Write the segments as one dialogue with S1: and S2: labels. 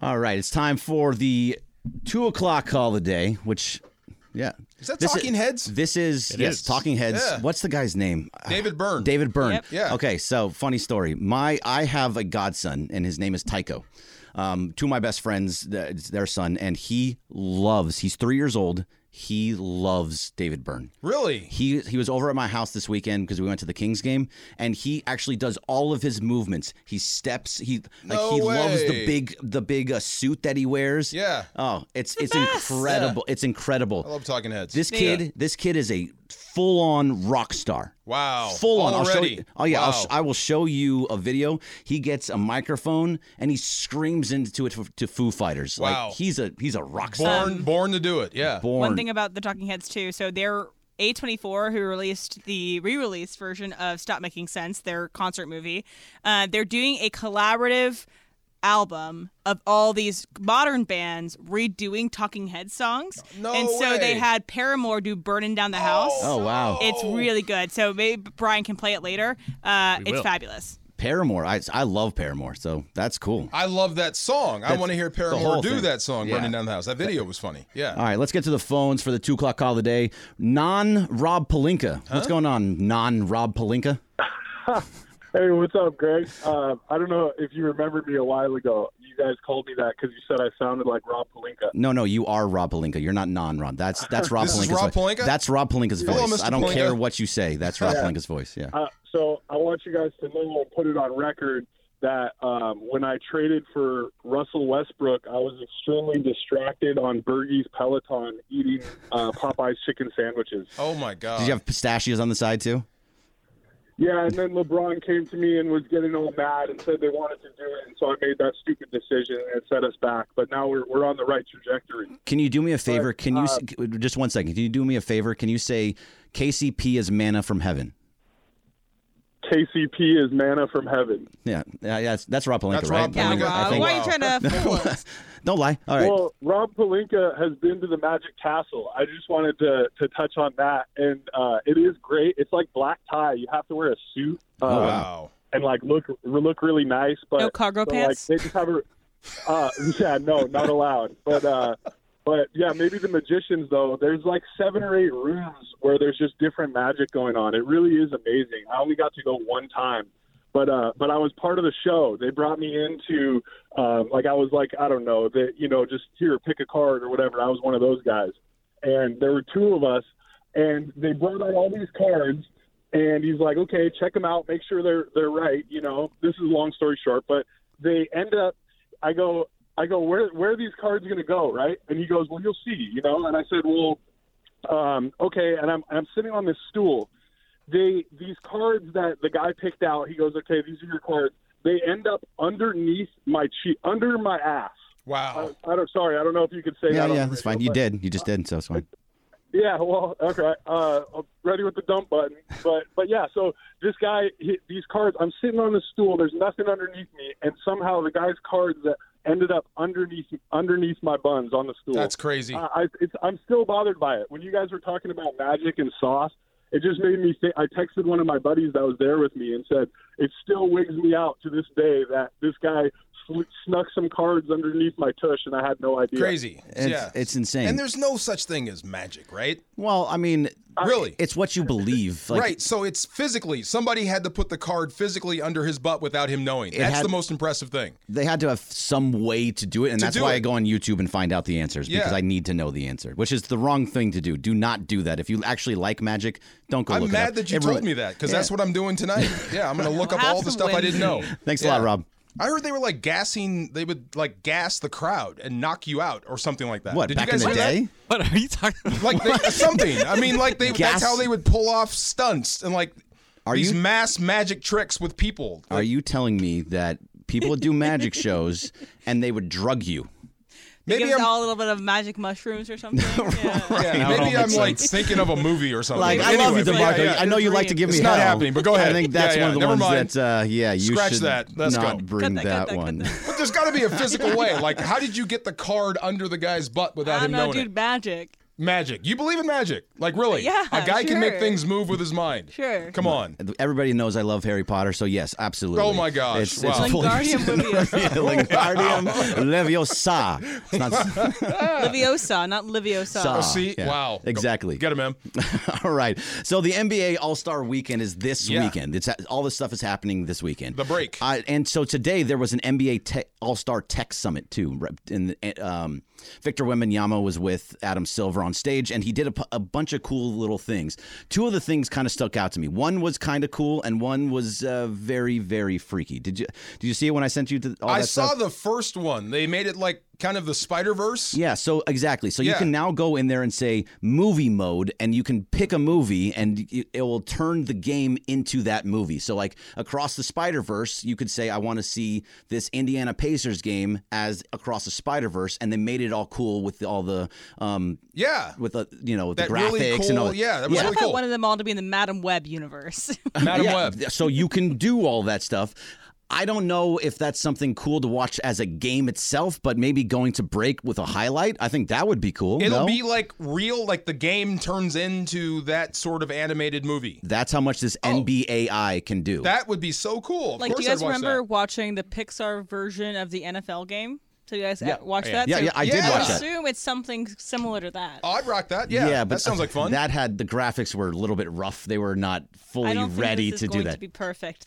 S1: All right, it's time for the two o'clock call of the day, which, yeah.
S2: Is that
S1: This
S2: Talking Heads?
S1: This is, yes,
S3: is.
S1: Talking Heads.
S2: Yeah.
S1: What's the guy's name? Uh,
S2: David Byrne.
S1: David Byrne.
S3: Yep.
S2: Yeah.
S1: Okay, so funny story. My I have a godson, and his name is Tycho. Um, two of my best friends, th- it's their son, and he loves. He's three years old. He loves David Byrne.
S2: Really?
S1: He he was over at my house this weekend because we went to the Kings game, and he actually does all of his movements. He steps. He like
S2: No
S1: he loves the
S2: way.
S1: big the big uh, suit that he wears.
S2: Yeah.
S1: Oh, it's it's incredible. It's incredible.
S2: I love Talking Heads.
S1: This kid, this kid is a full-on rock star.
S2: Wow.
S1: Full on. I'll show
S2: Already.
S1: you, oh yeah, I'll
S2: Wow.
S1: sh- I will show you a video. He gets a microphone and he screams into it to Foo Fighters.
S2: Wow.
S1: Like he's a he's a rock star.
S2: born born to do it. Yeah.
S1: Born.
S3: One thing about the Talking Heads too, so they're A24 who released the re-release version of Stop Making Sense, their concert movie. Uh, they're doing a collaborative album of all these modern bands redoing Talking Heads songs.
S2: No
S3: and so they
S2: way.
S3: had Paramore do Burning Down the House.
S1: oh wow.
S3: It's really good. So maybe Brian can play it later. Uh,
S4: We
S3: it's
S4: will.
S3: fabulous.
S1: Paramore. I I love Paramore, so that's cool.
S2: I love that song. I want to hear
S1: whole
S2: Paramore do
S1: thing.
S2: that song,
S1: Yeah. Uh,
S2: Running Down the House. That video was funny. Yeah.
S1: All right, let's get to the phones for the two o'clock call of the day. Non Rob Palinka. What's going on, non Rob Palinka?
S5: Hey, what's up, Greg? Uh, I don't know if you remembered me a while ago. You guys called me that because you said I sounded like Rob Palinka.
S1: No, no, you are Rob Palinka. You're not non Rob. That's that's Rob
S2: This is
S1: Palinka's
S2: Rob
S1: voice.
S2: Palinka?
S1: That's Rob Palinka's voice.
S2: Hello, Mr.
S1: I don't
S2: Palinka.
S1: care what you say. That's Rob Palinka's voice. Yeah.
S5: Uh, so I want you guys to know and put it on record that um, when I traded for Russell Westbrook, I was extremely distracted on Bergie's Peloton eating uh, Popeye's chicken sandwiches.
S2: Oh my God.
S1: Did you have pistachios on the side too?
S5: Yeah, and then LeBron came to me and was getting all mad and said they wanted to do it, and so I made that stupid decision and it set us back. But now we're we're on the right trajectory.
S1: Can you do me a favor? Can you
S2: Uh,
S1: s- just one second? Can you do me a favor? Can you say KCP is manna from heaven?
S5: KCP is manna from heaven.
S1: Yeah, yeah, yeah, that's, that's Rob Palinka,
S2: That's
S1: right?
S2: Rob
S1: I
S3: Yeah,
S1: think-
S2: Palinka.
S1: Oh I
S3: Rob,
S1: think-
S3: why are you trying to fool us?
S1: Don't lie. All right.
S5: Well, Rob Palinka has been to the Magic Castle. I just wanted to, to touch on that, and uh, it is great. It's like black tie. You have to wear a suit
S1: Oh,
S5: uh,
S2: Wow.
S5: and like look look really nice, but
S3: No cargo
S5: but,
S3: pants?
S5: Like, they just have a uh, yeah, no, not allowed. But uh, but yeah, maybe the magicians though. There's like seven or eight rooms where there's just different magic going on. It really is amazing. I only got to go one time. But uh, but I was part of the show. They brought me into um, like I was like I don't know that you know just here pick a card or whatever. I was one of those guys, and there were two of us, and they brought out all these cards, and he's like, okay, check them out, make sure they're they're right. You know, this is a long story short, but they end up. I go, I go, where where are these cards going to go, right? And he goes, well, you'll see, you know. And I said, well, um, okay. And I'm I'm sitting on this stool. They these cards that the guy picked out. He goes, okay, these are your cards. They end up underneath my cheek, under my ass.
S2: Wow.
S5: I, I don't. Sorry, I don't know if you could say
S1: Oh. yeah,
S5: that. on
S1: yeah,
S5: the
S1: that's
S5: radio,
S1: fine. You
S5: but-
S1: did. You just did, so it's fine.
S5: yeah, well, okay. Uh, I'm ready with the dump button, but but yeah. So this guy, he, these cards. I'm sitting on the stool. There's nothing underneath me, and somehow the guy's cards that ended up underneath underneath my buns on the stool.
S2: That's crazy.
S5: I, I, it's, I'm still bothered by it. When you guys were talking about magic and sauce, it just made me think. I texted one of my buddies that was there with me and said, "It still wigs me out to this day that this guy." sl- Snuck some cards underneath my tush, and I had no idea.
S2: Crazy.
S1: It's,
S2: yeah.
S1: it's insane.
S2: and there's no such thing as magic, right?
S1: well, I mean,
S2: Really?
S1: it's what you believe. Like,
S2: right. So it's physically. Somebody had to put the card physically under his butt without him knowing. That's
S1: had-
S2: the most impressive thing.
S1: They had to have some way to do it, and that's
S2: do
S1: why
S2: it.
S1: I go on YouTube and find out the answers
S2: Yeah.
S1: because I need to know the answer, which is the wrong thing to do. Do not do that. If you actually like magic, don't go
S2: I'm
S1: look it
S2: mad
S1: up.
S2: that you
S1: It
S2: told
S1: ruin-
S2: me that because
S1: Yeah.
S2: that's what I'm doing tonight. Yeah, I'm gonna look up
S3: Have
S2: all the
S3: some
S2: stuff I didn't know.
S3: whiskey.
S1: Thanks
S2: Yeah.
S1: a lot, Rob.
S2: I heard they were like gassing. They would like gas the crowd and knock you out or something like that.
S1: What,
S2: Did
S1: back
S2: you guys
S1: in the
S2: hear that?
S1: day?
S4: What are you talking about?
S2: Like they, something. I mean, like they.
S1: Gas-
S2: That's how they would pull off stunts and like
S1: Are
S2: these
S1: you- Uh,
S2: mass magic tricks with people.
S1: Are you telling me that people would do magic shows and they would drug you?
S3: Give
S2: Maybe
S3: us
S2: I'm.
S3: all a little bit of magic mushrooms or something. Yeah.
S2: yeah,
S1: That
S2: maybe
S1: don't
S2: I'm
S1: make
S2: like
S1: sense.
S2: thinking of a movie or something.
S1: Like,
S2: But
S1: I love you,
S2: anyway,
S1: DeMarco.
S2: yeah, yeah.
S1: I know you like to give me
S2: It's not
S1: hell.
S2: happening, but go ahead.
S1: I think that's
S2: Yeah, yeah,
S1: one of the
S2: never
S1: ones
S2: mind.
S1: that, uh, yeah, you
S2: Scratch
S1: should
S2: that. Let's
S1: not
S2: go.
S1: bring
S3: Cut that,
S1: that,
S3: cut that, cut
S1: one.
S3: that.
S2: But there's got to be a physical way. Like, how did you get the card under the guy's butt without
S3: I
S2: him
S3: don't know,
S2: knowing
S3: dude.
S2: it?
S3: Magic.
S2: magic. You believe in magic. Like, really.
S3: Yeah,
S2: A guy can make
S3: sure.
S2: things move with his mind.
S3: Sure.
S2: Come on.
S1: Everybody knows I love Harry Potter, so yes, absolutely.
S2: Oh my gosh,
S1: It's,
S2: wow.
S1: it's fully-
S3: Wingardium Leviosa.
S1: Wingardium Leviosa. It's not
S3: Liviosa, not Liviosa.
S1: Sa.
S2: see? Wow.
S1: Ah, Exactly.
S2: Get him, man.
S1: all right. So the NBA All Star Weekend is this
S2: Yeah.
S1: weekend. It's all this stuff is happening this weekend.
S2: The break.
S1: I, and so today there was an NBA te- All Star Tech Summit too. Rep- And um, Victor Wembanyama was with Adam Silver on stage, and he did a, pu- a bunch of cool little things. Two of the things kind of stuck out to me. One was kind of cool, and one was uh, very very freaky. Did you did you see it when I sent you to all
S2: I
S1: that
S2: saw
S1: stuff?
S2: the first one. They made it like kind of the Spider Verse.
S1: Yeah, so exactly. So you
S2: Yeah.
S1: can now go in there and say movie mode, and you can pick a movie, and y- it will turn the game into that movie. So, like across the Spider Verse, you could say, I want to see this Indiana Pacers game as across the Spider Verse, and they made it all cool with all the, um,
S2: Yeah.
S1: with the you know the
S2: That
S1: graphics
S2: really
S1: and
S2: cool.
S1: all.
S2: Yeah, that was
S3: I
S2: really
S3: want
S2: cool.
S3: one of them all to be in the Madam Web universe.
S2: Madam
S1: Yeah,
S2: Web.
S1: So you can do all that stuff. I don't know if that's something cool to watch as a game itself, but maybe going to break with a highlight. I think that would be cool.
S2: It'll
S1: no?
S2: be like real, like the game turns into that sort of animated movie.
S1: That's how much this NBAI can do.
S2: Oh. That would be so cool. Of
S3: like, do
S2: course
S3: you guys
S2: I'd watch
S3: remember
S2: that.
S3: watching the Pixar version of the NFL game? So you guys uh, watched that?
S1: Yeah,
S3: So
S1: yeah, I did
S2: Yeah.
S1: watch
S2: that.
S3: assume it's something similar to that.
S2: Oh, I'd rock that. Yeah,
S1: yeah, but uh,
S2: that sounds like fun.
S1: That had the graphics were a little bit rough. They were not fully
S3: I don't think
S1: ready
S3: this is
S1: to
S3: going
S1: do that.
S3: to be perfect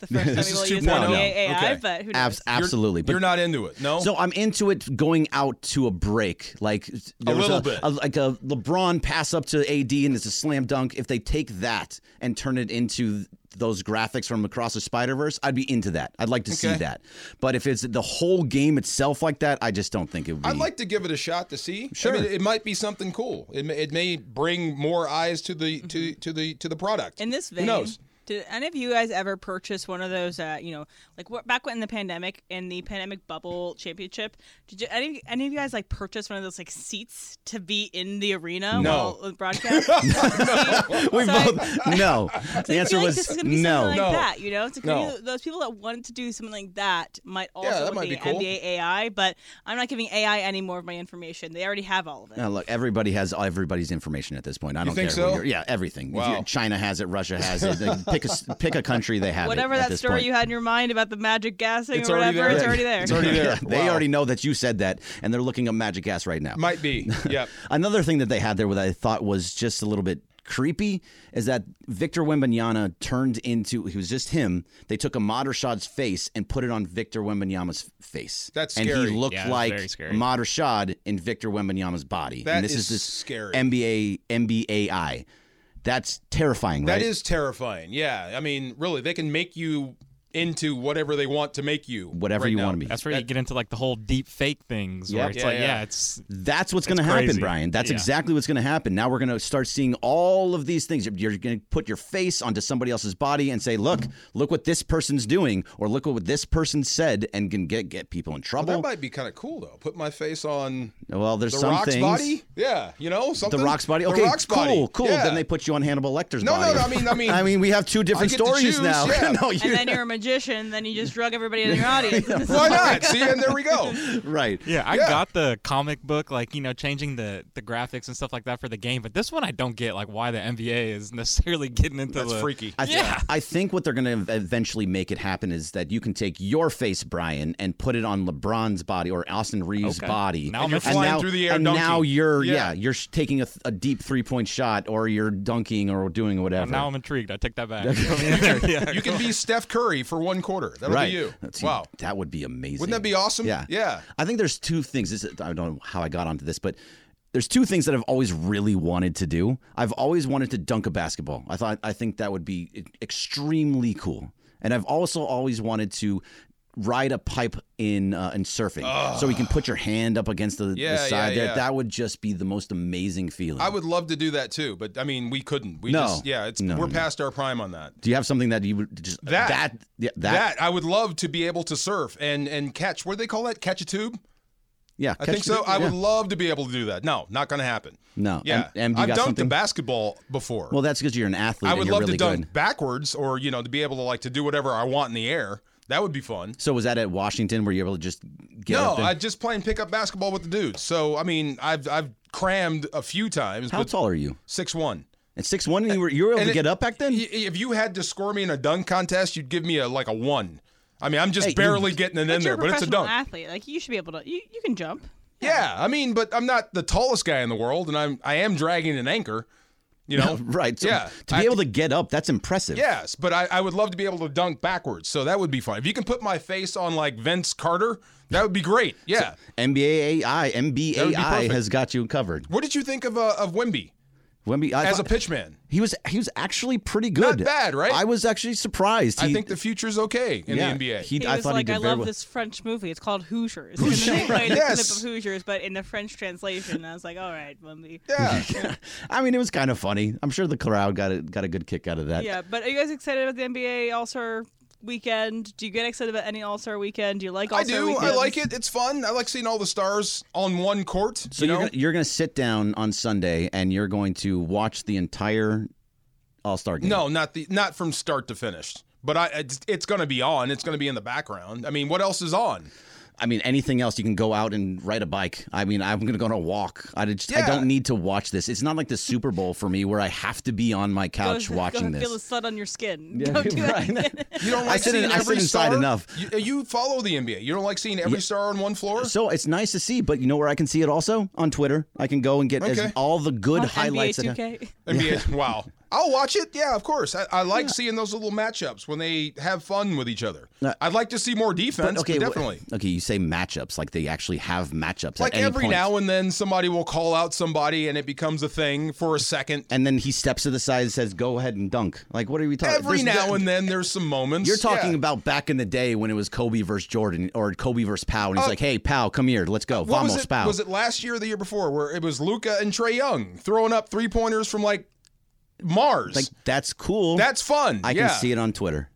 S3: the first time
S2: This
S3: we will
S2: is
S3: use
S2: 2.0.
S3: AI,
S2: Okay.
S3: but who knows?
S1: oh. Abs- absolutely, but
S2: You're not into it, no?
S1: so I'm into it going out to a break, like there was
S2: little bit.
S1: a- like a LeBron pass up to AD and it's a slam dunk. If they take that and turn it into those graphics from across the Spider Verse, I'd be into that. I'd like to see
S2: Okay.
S1: that. But if it's the whole game itself like that, I just don't think it would be.
S2: I'd like to give it a shot to see.
S1: Sure.
S2: I mean, it might be something cool. It may, it may bring more eyes to the to to the to the product.
S3: In this
S2: Who
S3: vein,
S2: knows?
S3: did any of you guys ever purchase one of those? Uh, you know, like wh- back when the pandemic in the pandemic bubble championship, did you, any any of you guys like purchase one of those like seats to be in the arena
S2: No.
S3: while uh, broadcast? no.
S1: we both no. The
S3: I feel
S1: answer
S3: like
S1: was
S3: this is gonna be
S1: no.
S3: something
S2: No.
S3: like that, you know. It's like
S2: No.
S3: maybe those people that wanted to do something like that might also
S2: that
S3: look
S2: might be
S3: at
S2: cool.
S3: NBA AI, but I'm not giving AI any more of my information. They already have all of it.
S1: No, look, everybody has everybody's information at this point. I don't
S2: think
S1: care. who
S2: so?
S1: you're- yeah, everything. If
S2: Wow.
S1: you're- China has it. Russia has it. Like, pick a s- pick a country. They have it
S3: Whatever
S1: at
S3: that
S1: this
S3: story
S1: point.
S3: you had in your mind about the magic gassing
S2: It's
S3: or
S2: already
S3: whatever,
S2: there.
S3: it's already there.
S2: It's already there.
S1: they
S2: Wow.
S1: already know that you said that, and they're looking up magic gas right now.
S2: might be. Yep.
S1: Another thing that they had there, what I thought was just a little bit creepy, is that Victor Wembanyama turned into he was just him. They took a Madershad's face and put it on Victor Wembanyama's face.
S2: That's
S1: and
S2: scary.
S1: he looked
S4: Yeah, that's
S1: like
S4: very scary.
S1: Madershad in Victor Wembanyama's body.
S2: That
S1: and this
S2: is
S1: is, this
S2: scary.
S1: NBA MBAI. That's terrifying,
S2: That
S1: right?
S2: is terrifying. Yeah. I mean, really, they can make you into whatever they want to make you.
S1: whatever
S2: right
S1: you
S2: now.
S1: want to be.
S4: That's where you get into like the whole deep fake things
S1: Yeah.
S4: where it's
S2: Yeah,
S4: like,
S2: yeah.
S4: yeah, it's
S1: That's what's going to happen,
S4: crazy.
S1: Brian. That's
S4: Yeah.
S1: exactly what's going to happen. Now we're going to start seeing all of these things. You're- You're going to put your face onto somebody else's body and say, "Look, look what this person's doing," or "Look what this person said," and can get get people in
S2: Well,
S1: trouble.
S2: that might be kind of cool though. Put my face on
S1: Well, there's
S2: the
S1: some
S2: Rock's
S1: things.
S2: body. Yeah, you know
S1: The
S2: something.
S1: Rock's body.
S2: The
S1: Okay,
S2: Rock's
S1: cool,
S2: body.
S1: cool.
S2: Yeah.
S1: Then they put you on Hannibal Lecter's
S2: No, no,
S1: body.
S2: no, I mean- I mean-
S1: I mean, we have two different
S2: get to
S1: stories
S2: choose,
S1: now.
S2: yeah.
S1: no,
S3: And
S1: you
S3: then you're a magician, then you just drug everybody in your audience.
S2: Why not? See, and there we go.
S1: right.
S4: yeah. I
S2: Yeah.
S4: got the comic book, like you know, changing the the graphics and stuff like that for the game, but this one I don't get, like why the NBA is necessarily getting into
S2: That's
S4: the
S2: freaky.
S1: I, th- I think what they're going to eventually make it happen is that you can take your face, Brian, and put it on LeBron's body or Austin Reeves'
S4: Okay.
S1: body.
S4: Now And you're I'm
S2: flying through the air
S1: and now
S2: dunking.
S1: you're, yeah,
S2: Yeah.
S1: you're sh- taking a, th- a deep three point shot or you're dunking or doing whatever.
S4: Now I'm intrigued. I take that back. Put me in there. Yeah.
S2: You can be Steph Curry for one quarter. That'll
S1: right.
S2: be you.
S1: That's-
S2: Wow.
S1: That would be amazing.
S2: Wouldn't that be awesome?
S1: Yeah.
S2: Yeah.
S1: I think there's two things. This is, I don't know how I got onto this, but there's two things that I've always really wanted to do. I've always wanted to dunk a basketball. I thought I think that would be e, extremely cool, and I've also always wanted to ride a pipe in uh, in surfing, so you can put your hand up against the, the
S2: Yeah, yeah,
S1: side there.
S2: yeah.
S1: That would just be the most amazing feeling.
S2: I would love to do that too, but I mean, we couldn't. We
S1: Uh-huh. No.
S2: just yeah, it's
S1: No,
S2: we're
S1: no, no.
S2: past our prime on that.
S1: do you have something that you would just uh,
S2: That-
S1: that yeah, that,
S2: That I would love to be able to surf and and catch. What do they call that? Catch a tube?
S1: yeah?
S2: I
S1: catch
S2: think
S1: the-
S2: so. I would
S1: yeah.
S2: love to be able to do that. No, not going to happen.
S1: No.
S2: Yeah,
S1: And- and you
S2: I've
S1: got
S2: dunked
S1: something?
S2: a basketball before.
S1: Well, that's because you're an athlete.
S2: I
S1: and
S2: would
S1: you're
S2: love
S1: really
S2: to dunk
S1: good.
S2: backwards, or you know, to be able to like to do whatever I want in the air. That would be fun.
S1: So was that at Washington? Were you able to just get
S2: no,
S1: up there?
S2: I just playing pickup basketball with the dudes. So I mean, I've I've crammed a few times,
S1: How
S2: but
S1: tall are you?
S2: six one.
S1: At six one, you were you were able
S2: And
S1: to
S2: it-
S1: get up back then.
S2: If you had to score me in a dunk contest, you'd give me a like a one. I mean, I'm just
S1: Hey, you-
S2: barely getting it in
S3: you're
S2: there,
S3: a
S2: but it's a
S3: professional
S2: dunk.
S3: athlete. Like you should be able to. You, you can jump.
S2: Yeah, I mean, but I'm not the tallest guy in the world, and I'm I am dragging an anchor, you know.
S1: Right. So
S2: yeah.
S1: To be able to get up, that's impressive.
S2: Yes, but I, I would love to be able to dunk backwards, so that would be fun. If you can put my face on like Vince Carter, that would be great. Yeah.
S1: NBA AI,
S2: That would
S1: MBAI
S2: be perfect.
S1: has got you covered.
S2: what did you think of uh, of Wimby
S1: Wemby, I
S2: as a
S1: thought-
S2: pitchman?
S1: he was he was actually pretty good.
S2: bad, right?
S1: I was actually surprised.
S2: I
S1: He-
S2: think the future's okay in
S1: yeah,
S2: the NBA.
S1: He,
S3: He
S1: I
S3: was
S1: thought he
S3: like,
S1: did
S3: I
S1: very
S3: love
S1: well.
S3: this French movie. It's called Hoosiers. And then they played a
S2: Oh, Yes.
S3: clip of Hoosiers, but in the French translation. And I was like, all right, Wimby.
S2: yeah.
S1: I mean, it was kind of funny. I'm sure the crowd got a, got a good kick out of that.
S3: Yeah, but are you guys excited about the NBA All Star weekend? Do you get excited about any All Star weekend? Do you like All
S2: I
S3: Star
S2: do. I like it. It's fun. I like seeing all the stars on one court.
S1: So
S2: you
S1: you
S2: know,
S1: are gonna, you're going to sit down on Sunday and you're going to watch the entire All Star game.
S2: no, not the not from start to finish. But I, it's, it's going to be on. It's going to be in the background. I mean, what else is on?
S1: I mean anything else. You can go out and ride a bike. I mean, I'm going to go on a walk. I just I
S2: Yeah.
S1: don't need to watch this. It's not like the Super Bowl for me where I have to be on my
S3: Go-
S1: couch
S3: go
S1: watching
S3: Feel the
S1: this.
S3: sweat on your skin. Don't do that.
S1: Right.
S2: You don't
S1: I
S2: like
S1: sit in-
S2: seeing
S1: I sit
S2: every
S1: inside
S2: star?
S1: enough.
S2: You, uh, you follow the NBA. You don't like seeing every star on one floor.
S1: So it's nice to see, but you know where I can see it also on Twitter. I can go and get as-
S2: Okay.
S1: all the good
S3: On
S1: highlights.
S3: NBA
S1: that-
S3: 2K.
S2: NBA. Wow. I'll watch it. Yeah, of course. I, I like seeing those little matchups when they have fun with each other. I'd like to see more
S1: But
S2: defense.
S1: okay,
S2: but
S1: wh-
S2: definitely.
S1: Okay, you say matchups like they actually have matchups.
S2: Like
S1: at any
S2: every
S1: point.
S2: now and then, somebody will call out somebody, and it becomes a thing for a second.
S1: and then he steps to the side and says, "Go ahead and dunk." Like, what are we talking?
S2: Every now and then, there's some
S1: uh,
S2: moments.
S1: You're talking
S2: Yeah.
S1: about back in the day when it was Kobe versus Jordan or Kobe versus Powell, and he's like, "Hey, Powell, come here, let's go,
S2: Oh. Uh, What
S1: vamos,
S2: was it?
S1: Powell."
S2: Was it last year or the year before where it was Luca and Trey Young throwing up three pointers from like Mars?
S1: like that's cool.
S2: That's fun.
S1: I
S2: yeah.
S1: can see it on Twitter.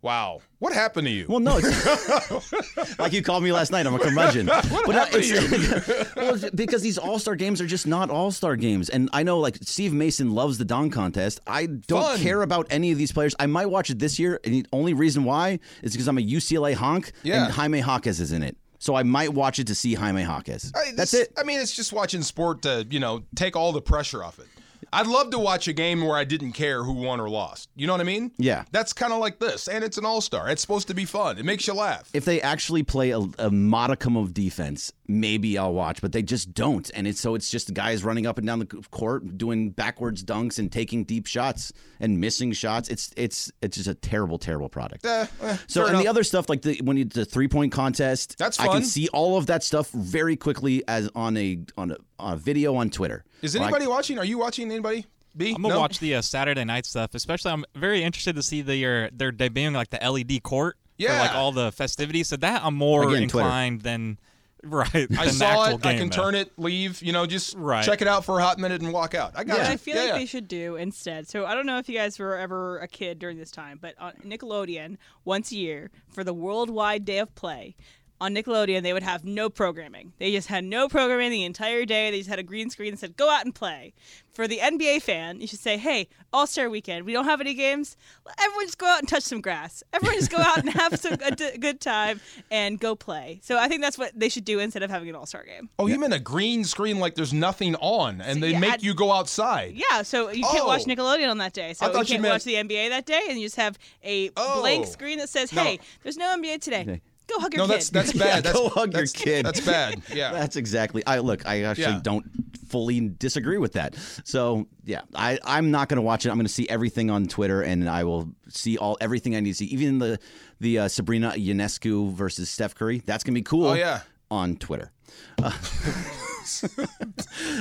S2: Wow. What happened to you?
S1: Well, no, it's like you called me last night. I'm a curmudgeon. but no, it's, well, it's because these All Star games are just not All Star games, and I know like Steve Mason loves the dunk contest. I don't
S2: Fun.
S1: care about any of these players. I might watch it this year, and the only reason why is because I'm a UCLA honk,
S2: Yeah.
S1: and Jaime Hawkes is in it. So I might watch it to see Jaime Hawkes.
S2: I-
S1: That's
S2: this-
S1: it.
S2: I mean, it's just watching sport to you know take all the pressure off it. I'd love to watch a game where I didn't care who won or lost. You know what I mean?
S1: Yeah.
S2: That's kind of like this, and it's an all star. It's supposed to be fun. It makes you laugh.
S1: If they actually play a, a modicum of defense, maybe I'll watch. But they just don't, and it's so it's just guys running up and down the court, doing backwards dunks and taking deep shots and missing shots. It's it's it's just a terrible, terrible product.
S2: Eh, eh,
S1: So
S2: fair
S1: and the
S2: enough.
S1: other stuff like the when you the three point contest,
S2: That's
S1: I can
S2: fun.
S1: see all of that stuff very quickly as on a on a, on a video on Twitter.
S2: is
S1: Like-
S2: anybody watching? Are you watching anybody? B.
S4: I'm gonna
S2: No?
S4: watch the uh, Saturday night stuff, especially. I'm very interested to see the uh, they're debuting like the LED court for like
S2: Yeah.
S4: all the festivities. So that I'm more
S1: Again, Twitter.
S4: inclined than right.
S2: I
S4: than the
S2: saw
S4: actual
S2: it.
S4: Game,
S2: I can
S4: though.
S2: turn it, leave. You know, just
S4: Right.
S2: check it out for a hot minute and walk out. I got
S3: What
S2: you.
S3: I feel
S2: Yeah,
S3: like
S2: yeah.
S3: they should do instead. So I don't know if you guys were ever a kid during this time, but on Nickelodeon, once a year for the worldwide day of play, on Nickelodeon they would have no programming. They just had no programming the entire day. They just had a green screen that said "Go out and play." For the NBA fan, you should say, "Hey, All Star Weekend, we don't have any games. Let Everyone just go out and touch some grass. Everyone just go out and have some a d- good time and go play." So I think that's what they should do instead of having an All Star game.
S2: Oh, you meant a green screen like there's nothing on, and they
S3: yeah,
S2: make
S3: I-
S2: you go outside.
S3: Yeah, so you can't watch
S2: Oh.
S3: Nickelodeon on that day. So
S2: I
S3: you
S2: thought you
S3: can't
S2: meant-
S3: watch the NBA that day, and you just have a blank
S2: Oh.
S3: screen that says,
S2: No.
S3: "Hey, there's no NBA today. Go hug
S2: No,
S3: your kid."
S2: that's that's
S1: Yeah,
S2: bad. that's,
S1: go hug your
S2: that's-
S1: kid.
S2: That's bad. Yeah.
S1: That's exactly. I look. I actually
S2: Yeah.
S1: don't fully disagree with that. So yeah, I I'm not going to watch it. I'm going to see everything on Twitter, and I will see all everything I need to see. Even the the uh, Sabrina Ionescu versus Steph Curry. That's going to be cool.
S2: Oh, yeah.
S1: on Twitter. Uh,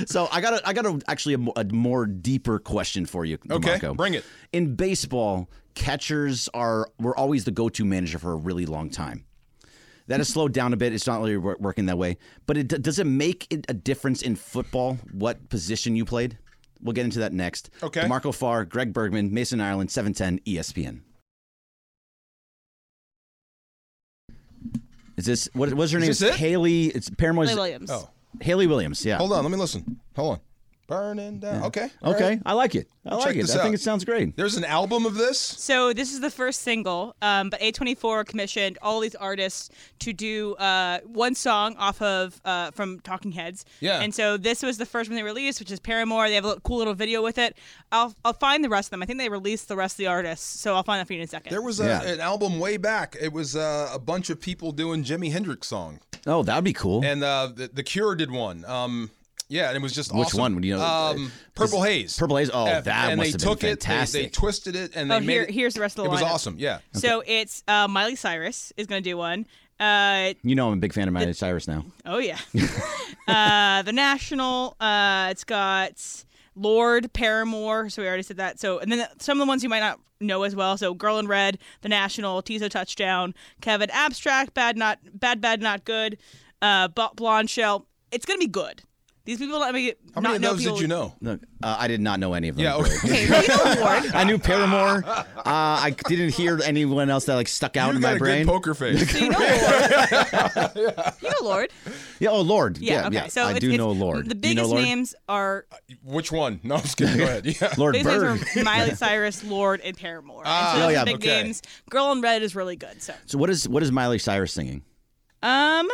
S1: so I got a, I got a, actually a, mo- a more deeper question for you,
S2: Okay,
S1: DeMarco.
S2: bring it.
S1: In baseball, catchers are were always the go-to manager for a really long time. That has slowed down a bit. It's not really wor- working that way. But it, d- does it make it a difference in football what position you played? We'll get into that next.
S2: Okay.
S1: Marco Farr, Greg Bergman, Mason Ireland, E 710 ESPN. Is this what was her
S2: Is
S1: name?
S2: this it?
S1: Haley. It's Paramore's
S3: Clay Williams.
S2: Oh,
S1: Haley Williams. Yeah.
S2: hold on. Let me listen. Hold on. burning down. Okay. all
S1: Okay,
S2: right.
S1: I like it. I like
S2: check
S1: it.
S2: this
S1: I think
S2: out.
S1: it sounds great.
S2: There's an album of this.
S3: So this is the first single, um, but A24 commissioned all these artists to do uh, one song off of uh, from Talking Heads.
S2: Yeah.
S3: And so this was the first one they released, which is Paramore. They have a little, cool little video with it. I'll I'll find the rest of them. I think they released the rest of the artists, so I'll find that for you in a second.
S2: There was a,
S1: Yeah.
S2: an album way back. It was uh, a bunch of people doing Jimi Hendrix song,
S1: Oh, that'd be cool.
S2: and uh, the, the Cure did one. Um, yeah, and it was just
S1: Which
S2: awesome.
S1: one? You know, uh,
S2: um, Purple Haze.
S1: Purple Haze. Oh,
S2: F-
S1: that
S2: and
S1: must
S2: they
S1: have
S2: took
S1: been
S2: it, they- They,
S1: fantastic.
S2: twisted it, and they
S3: oh,
S2: made
S3: here,
S2: it.
S3: here's the rest of
S2: it
S3: the
S2: was
S3: lineup.
S2: awesome. Yeah.
S3: So it's uh, Miley Cyrus is going to do one. Uh,
S1: you know, I'm a big fan of Miley Cyrus now.
S3: oh yeah, uh, the National. Uh, it's got Lord Paramore. So we already said that. So and then some of the ones you might not know as well. So Girl in Red, The National, Tizo Touchdown, Kevin Abstract, Bad Not Bad Bad Not Good, uh, Bo- Blonde Shell. It's gonna be good. These people let me
S2: How
S3: not
S2: many of
S3: know
S2: those
S3: people.
S2: did you know?
S1: Look, uh, I did not know any of them.
S2: Yeah.
S1: Brady.
S2: Okay.
S3: Okay, well, you know Lord.
S1: I knew Paramore. Uh, I didn't hear anyone else that like stuck out
S2: You
S1: in
S2: got
S1: my
S2: a
S1: brain.
S2: good poker face.
S3: So you know Lord. you know Lord.
S1: yeah, oh Lord.
S3: Yeah.
S1: Yeah, yeah.
S3: okay. So
S1: I
S3: it's,
S1: do
S3: it's-
S1: know Lord.
S3: The
S1: Do
S3: biggest
S1: you know Lord?
S3: names are
S2: Which one? No, I'm just kidding. Go ahead. Yeah.
S1: Lord
S3: These
S1: Bird.
S3: names are Miley Cyrus, Lord, and Paramore.
S2: Ah,
S3: and so those
S1: oh,
S3: are
S1: yeah,
S3: big
S2: okay.
S3: names. Girl in Red is really good. So,
S1: So what is what is Miley Cyrus singing?
S3: um,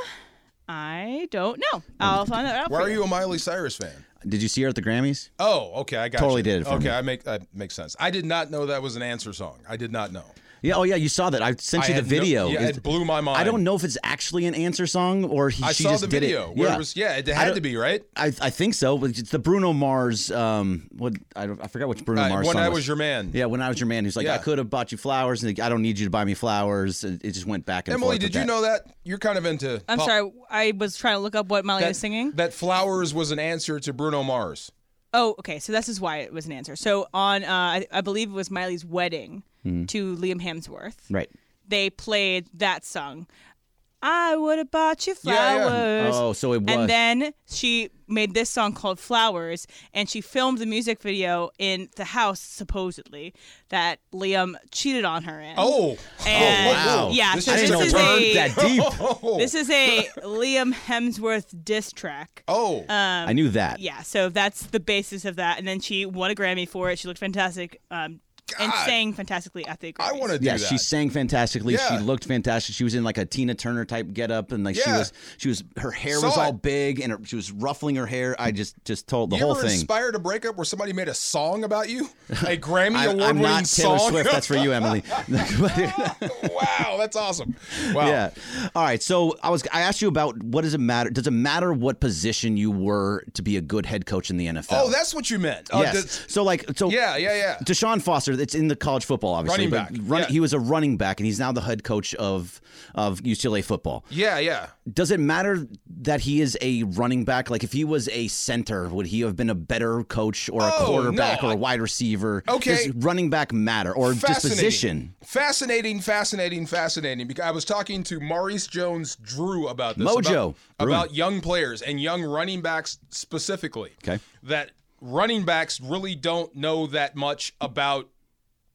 S3: I don't know. I'll find that out.
S2: Mm. Why
S3: for
S2: are you a Miley Cyrus fan?
S1: Did you see her at the Grammys?
S2: Oh, okay, I got
S1: Totally
S2: you.
S1: did it for
S2: okay,
S1: me.
S2: I make that makes sense. I did not know that was an answer song. I did not know.
S1: Yeah. Oh yeah, you saw that. I sent
S2: I
S1: you the
S2: had no-
S1: video.
S2: yeah,
S1: It's-
S2: it blew my mind.
S1: I don't know if it's actually an answer song or he,
S2: I
S1: she
S2: saw
S1: just
S2: the
S1: did
S2: video.
S1: it.
S2: Where It was, yeah, it had
S1: don't-
S2: to be right.
S1: I, I think so. But it's the Bruno Mars. Um, what I don't, I forgot which Bruno
S2: Uh,
S1: Mars
S2: when
S1: song
S2: I was your man.
S1: Yeah, when I was your man, who's like,
S2: Yeah.
S1: I could have bought you flowers, and I don't need you to buy me flowers. And it just went back and
S2: Emily,
S1: forth. with
S2: did you
S1: that.
S2: know that? You're kind of into.
S3: I'm
S2: pop-
S3: sorry. I was trying to look up what Miley
S2: That,
S3: was singing.
S2: that flowers was an answer to Bruno Mars.
S3: Oh, okay. So this is why it was an answer. So on, uh, I, I believe it was Miley's wedding
S2: Hmm.
S3: to Liam Hemsworth.
S1: Right.
S3: They played that song. I would have bought you
S2: Yeah, yeah.
S3: flowers.
S1: Oh, so it was.
S3: And then she made this song called Flowers, and she filmed the music video in the house, supposedly, that Liam cheated on her in.
S2: Oh,
S3: and,
S1: wow.
S3: Yeah,
S2: This
S3: so
S1: I
S2: is
S3: this
S1: didn't
S3: is,
S1: know
S3: a,
S1: it went that deep.
S2: oh,
S3: this is a Liam Hemsworth diss track.
S2: oh.
S3: uh,
S1: I knew that.
S3: Yeah, so that's the basis of that. And then she won a Grammy for it. She looked fantastic um, and
S2: God.
S3: sang fantastically at the Grammys.
S2: I want to do
S1: Yeah,
S2: that.
S1: she sang fantastically.
S2: Yeah.
S1: She looked fantastic. She was in like a Tina Turner type getup, and like she
S2: Yeah.
S1: was, she was, her hair
S2: Saw
S1: was all
S2: it.
S1: big, and her, she was ruffling her hair. I just, just told the
S2: you
S1: whole
S2: ever
S1: thing.
S2: inspired a breakup where somebody made a song about you? A Grammy
S1: I,
S2: award
S1: I'm
S2: winning
S1: not Taylor
S2: song?
S1: Swift. That's for you, Emily.
S2: wow, that's awesome. Wow.
S1: Yeah. All right. So I was I asked you about what does it matter? Does it matter what position you were to be a good head coach in the NFL?
S2: Oh, that's what you meant. Oh,
S1: yes.
S2: that's-
S1: so like so
S2: yeah, yeah, yeah.
S1: Deshaun Foster, it's in the college football, obviously.
S2: Running
S1: but
S2: back,
S1: run-
S2: yeah.
S1: He was a running back, and he's now the head coach of of UCLA football.
S2: Yeah, yeah.
S1: Does it matter that he is a running back? Like, if he was a center, would he have been a better coach or a
S2: Oh,
S1: quarterback
S2: no.
S1: or a wide receiver?
S2: Okay.
S1: Does running back matter or just
S2: Fascinating.
S1: position?
S2: Fascinating, fascinating, fascinating. Because I was talking to Maurice Jones Drew about this.
S1: Mojo.
S2: About, about young players and young running backs specifically.
S1: Okay.
S2: That running backs really don't know that much about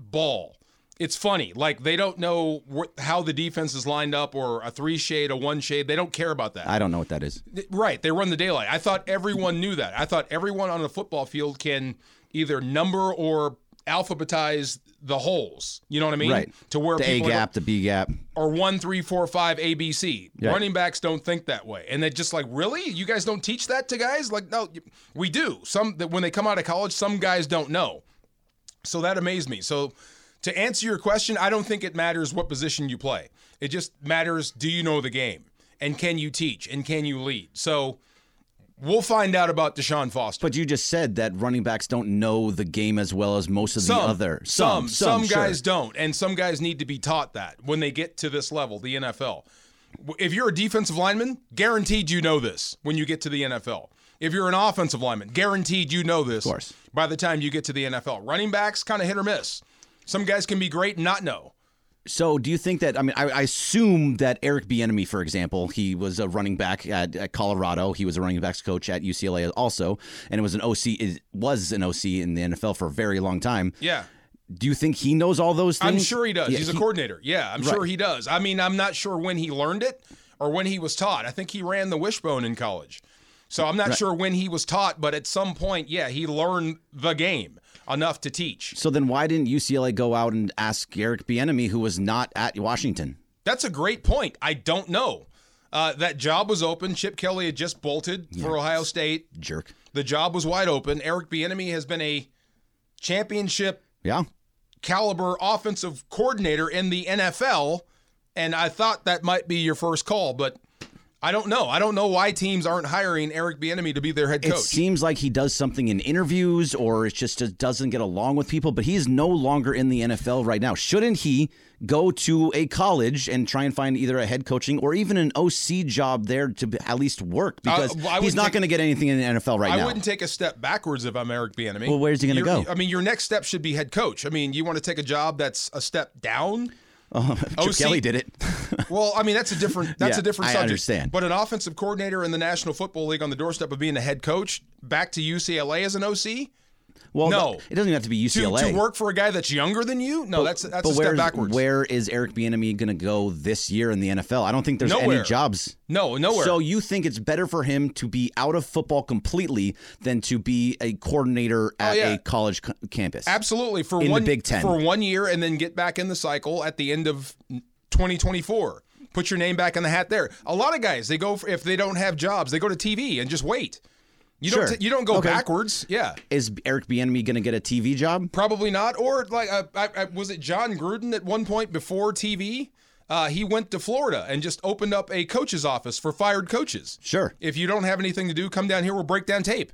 S2: ball. It's funny. Like, they don't know wh- how the defense is lined up or a three shade, a one shade. They don't care about that.
S1: I don't know what that is.
S2: Right, they run the daylight. I thought everyone knew that. I thought everyone on a football field can either number or alphabetize the holes. You know what I mean?
S1: Right.
S2: To where
S1: The A
S2: people
S1: gap, the B gap.
S2: or one, three, four, five, ABC. Running backs don't think that way, and they're just like, really? You guys don't teach that to guys? Like, no, you- we do. Some that when they come out of college, some guys don't know. So that amazed me. So to answer your question, I don't think it matters what position you play. It just matters do you know the game and can you teach and can you lead. So we'll find out about Deshaun Foster.
S1: But you just said that running backs don't know the game as well as most of the other.
S2: some, some,
S1: sure.
S2: guys don't, and some guys need to be taught that when they get to this level, the NFL. W- If you're a defensive lineman, guaranteed you know this when you get to the NFL. If you're an offensive lineman, guaranteed you know this. Of
S1: course.
S2: By the time you get to the NFL, running backs kind of hit or miss. Some guys can be great and not know.
S1: So, do you think that? I mean, I, I assume that Eric Bieniemy, for example, he was a running back at, at Colorado. He was a running backs coach at UCLA also, and it was an OC. It was an OC in the NFL for a very long time.
S2: Yeah.
S1: Do you think he knows all those things?
S2: I'm sure he does.
S1: Yeah,
S2: He's a coordinator. Yeah, I'm sure he does. I mean, I'm not sure when he learned it or when he was taught. I think he ran the wishbone in college. So I'm not sure when he was taught, but at some point, yeah, he learned the game enough to teach.
S1: So then why didn't UCLA go out and ask Eric Bieniemy, who was not at Washington?
S2: That's a great point. I don't know. Uh, that job was open. Chip Kelly had just bolted for Ohio State.
S1: Jerk.
S2: The job was wide open. Eric Bieniemy has been a championship
S1: Yeah.
S2: caliber offensive coordinator in the NFL, and I thought that might be your first call, but I don't know. I don't know why teams aren't hiring Eric Bieniemy to be their head
S1: It
S2: coach.
S1: seems like he does something in interviews or it just just doesn't get along with people, but he is no longer in the NFL right now. Shouldn't he go to a college and try and find either a head coaching or even an OC job there to be- at least work? Because
S2: well, Uh, I
S1: he's
S2: would
S1: not
S2: think-
S1: going to get anything in the NFL right
S2: I
S1: now.
S2: wouldn't take a step backwards if I'm Eric Bieniemy.
S1: Well, where's he gonna
S2: Your-
S1: go?
S2: I mean, your next step should be head coach. I mean, you want to take a job that's a step down.
S1: Chip
S2: OC
S1: Kelly did it.
S2: Well, I mean, that's a different that's
S1: Yeah,
S2: a different
S1: I
S2: subject.
S1: understand.
S2: But an offensive coordinator in the National Football League on the doorstep of being a head coach, back to UCLA as an OC
S1: Well,
S2: No.
S1: it doesn't even have to be
S2: to,
S1: UCLA.
S2: to work for a guy that's younger than you. No, that's that's a
S1: but
S2: step
S1: where's-
S2: backwards.
S1: where is Eric Bieniemy going to go this year in the NFL? I don't think there's
S2: Nowhere.
S1: any jobs.
S2: No, nowhere.
S1: So you think it's better for him to be out of football completely than to be a coordinator at
S2: Oh, yeah.
S1: a college c- campus?
S2: Absolutely for
S1: In the
S2: one
S1: Big Ten.
S2: for one year, and then get back in the cycle at the end of 2024. Put your name back in the hat there. A lot of guys they go for, if they don't have jobs, they go to TV and just wait. You
S1: Sure.
S2: don't you don't go
S1: Okay.
S2: backwards. Yeah,
S1: Is Eric Bieniemy going to get a TV job?
S2: probably not. Or like uh, I, I, was it John Gruden at one point before TV? Uh, he went to Florida and just opened up a coach's office for fired coaches.
S1: Sure.
S2: If you don't have anything to do, come down here. We'll break down tape.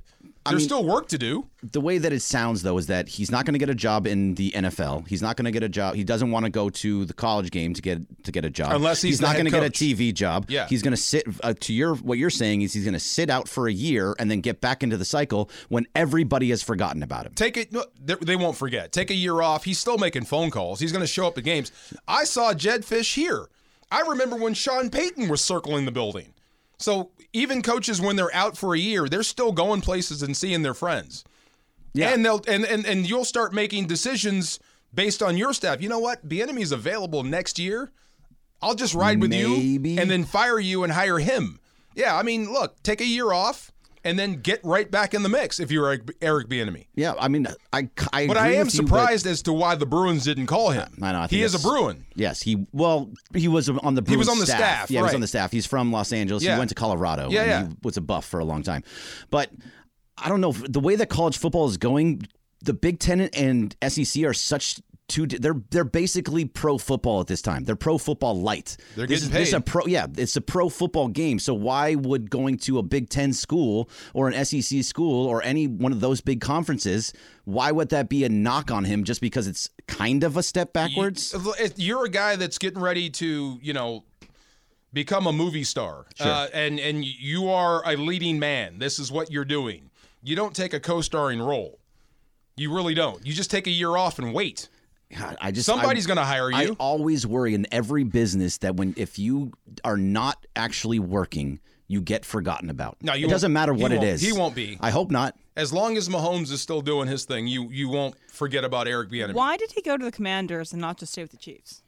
S2: There's still work to do.
S1: The way that it sounds though is that he's not going to get a job in the NFL. He's not going to get a job. He doesn't want to go to the college game to get to get a job.
S2: Unless he's the
S1: not
S2: head
S1: gonna
S2: coach.
S1: get a TV job.
S2: Yeah.
S1: He's going to sit uh, to your what you're saying is he's going to sit out for a year and then get back into the cycle when everybody has forgotten about him.
S2: Take it. no, They they won't forget. Take a year off. He's still making phone calls. He's going to show up at games. I saw Jed Fish here. I remember when Sean Payton was circling the building. So even coaches, when they're out for a year, they're still going places and seeing their friends.
S1: Yeah.
S2: And they'll and and, and you'll start making decisions based on your staff. You know what? The enemy's available next year. I'll just ride with
S1: Maybe.
S2: you and then fire you and hire him. Yeah, I mean, look, take a year off and then get right back in the mix if you're Eric, Eric Bieniemy.
S1: Yeah, I mean, I, I
S2: But
S1: agree
S2: I am
S1: with you, but-
S2: surprised as to why the Bruins didn't call him.
S1: I know, I think
S2: he is a
S1: that's-
S2: Bruin.
S1: Yes, he well, he was on the Bruins
S2: was on the staff,
S1: Yeah, he was
S2: right.
S1: on the staff. He's from Los Angeles.
S2: Yeah.
S1: He went to Colorado.
S2: Yeah,
S1: and
S2: yeah.
S1: He was a buff for a long time, but I don't know the way that college football is going. The Big Ten and SEC are such two. They're they're basically pro football at this time. They're pro football light.
S2: They're
S1: this,
S2: getting
S1: is- This is a
S2: paid.
S1: pro. Yeah, it's a pro football game. So why would going to a Big Ten school or an SEC school or any one of those big conferences? Why would that be a knock on him just because it's kind of a step backwards?
S2: If You're a guy that's getting ready to, you know, become a movie star, uh, and and you are a leading man. This is what you're doing. You don't take a co-starring role. You really don't. You just take a year off and wait.
S1: God, I just
S2: Somebody's
S1: I-
S2: going to hire
S1: I
S2: you.
S1: always worry in every business that when if you are not actually working, you get forgotten about.
S2: No, you
S1: it doesn't
S2: won't-
S1: matter
S2: he
S1: what it
S2: won't-
S1: is.
S2: he won't be.
S1: I hope not.
S2: as long as Mahomes is still doing his thing, you you won't forget about Eric Bieniemy.
S3: Why did he go to the Commanders and not just stay with the Chiefs?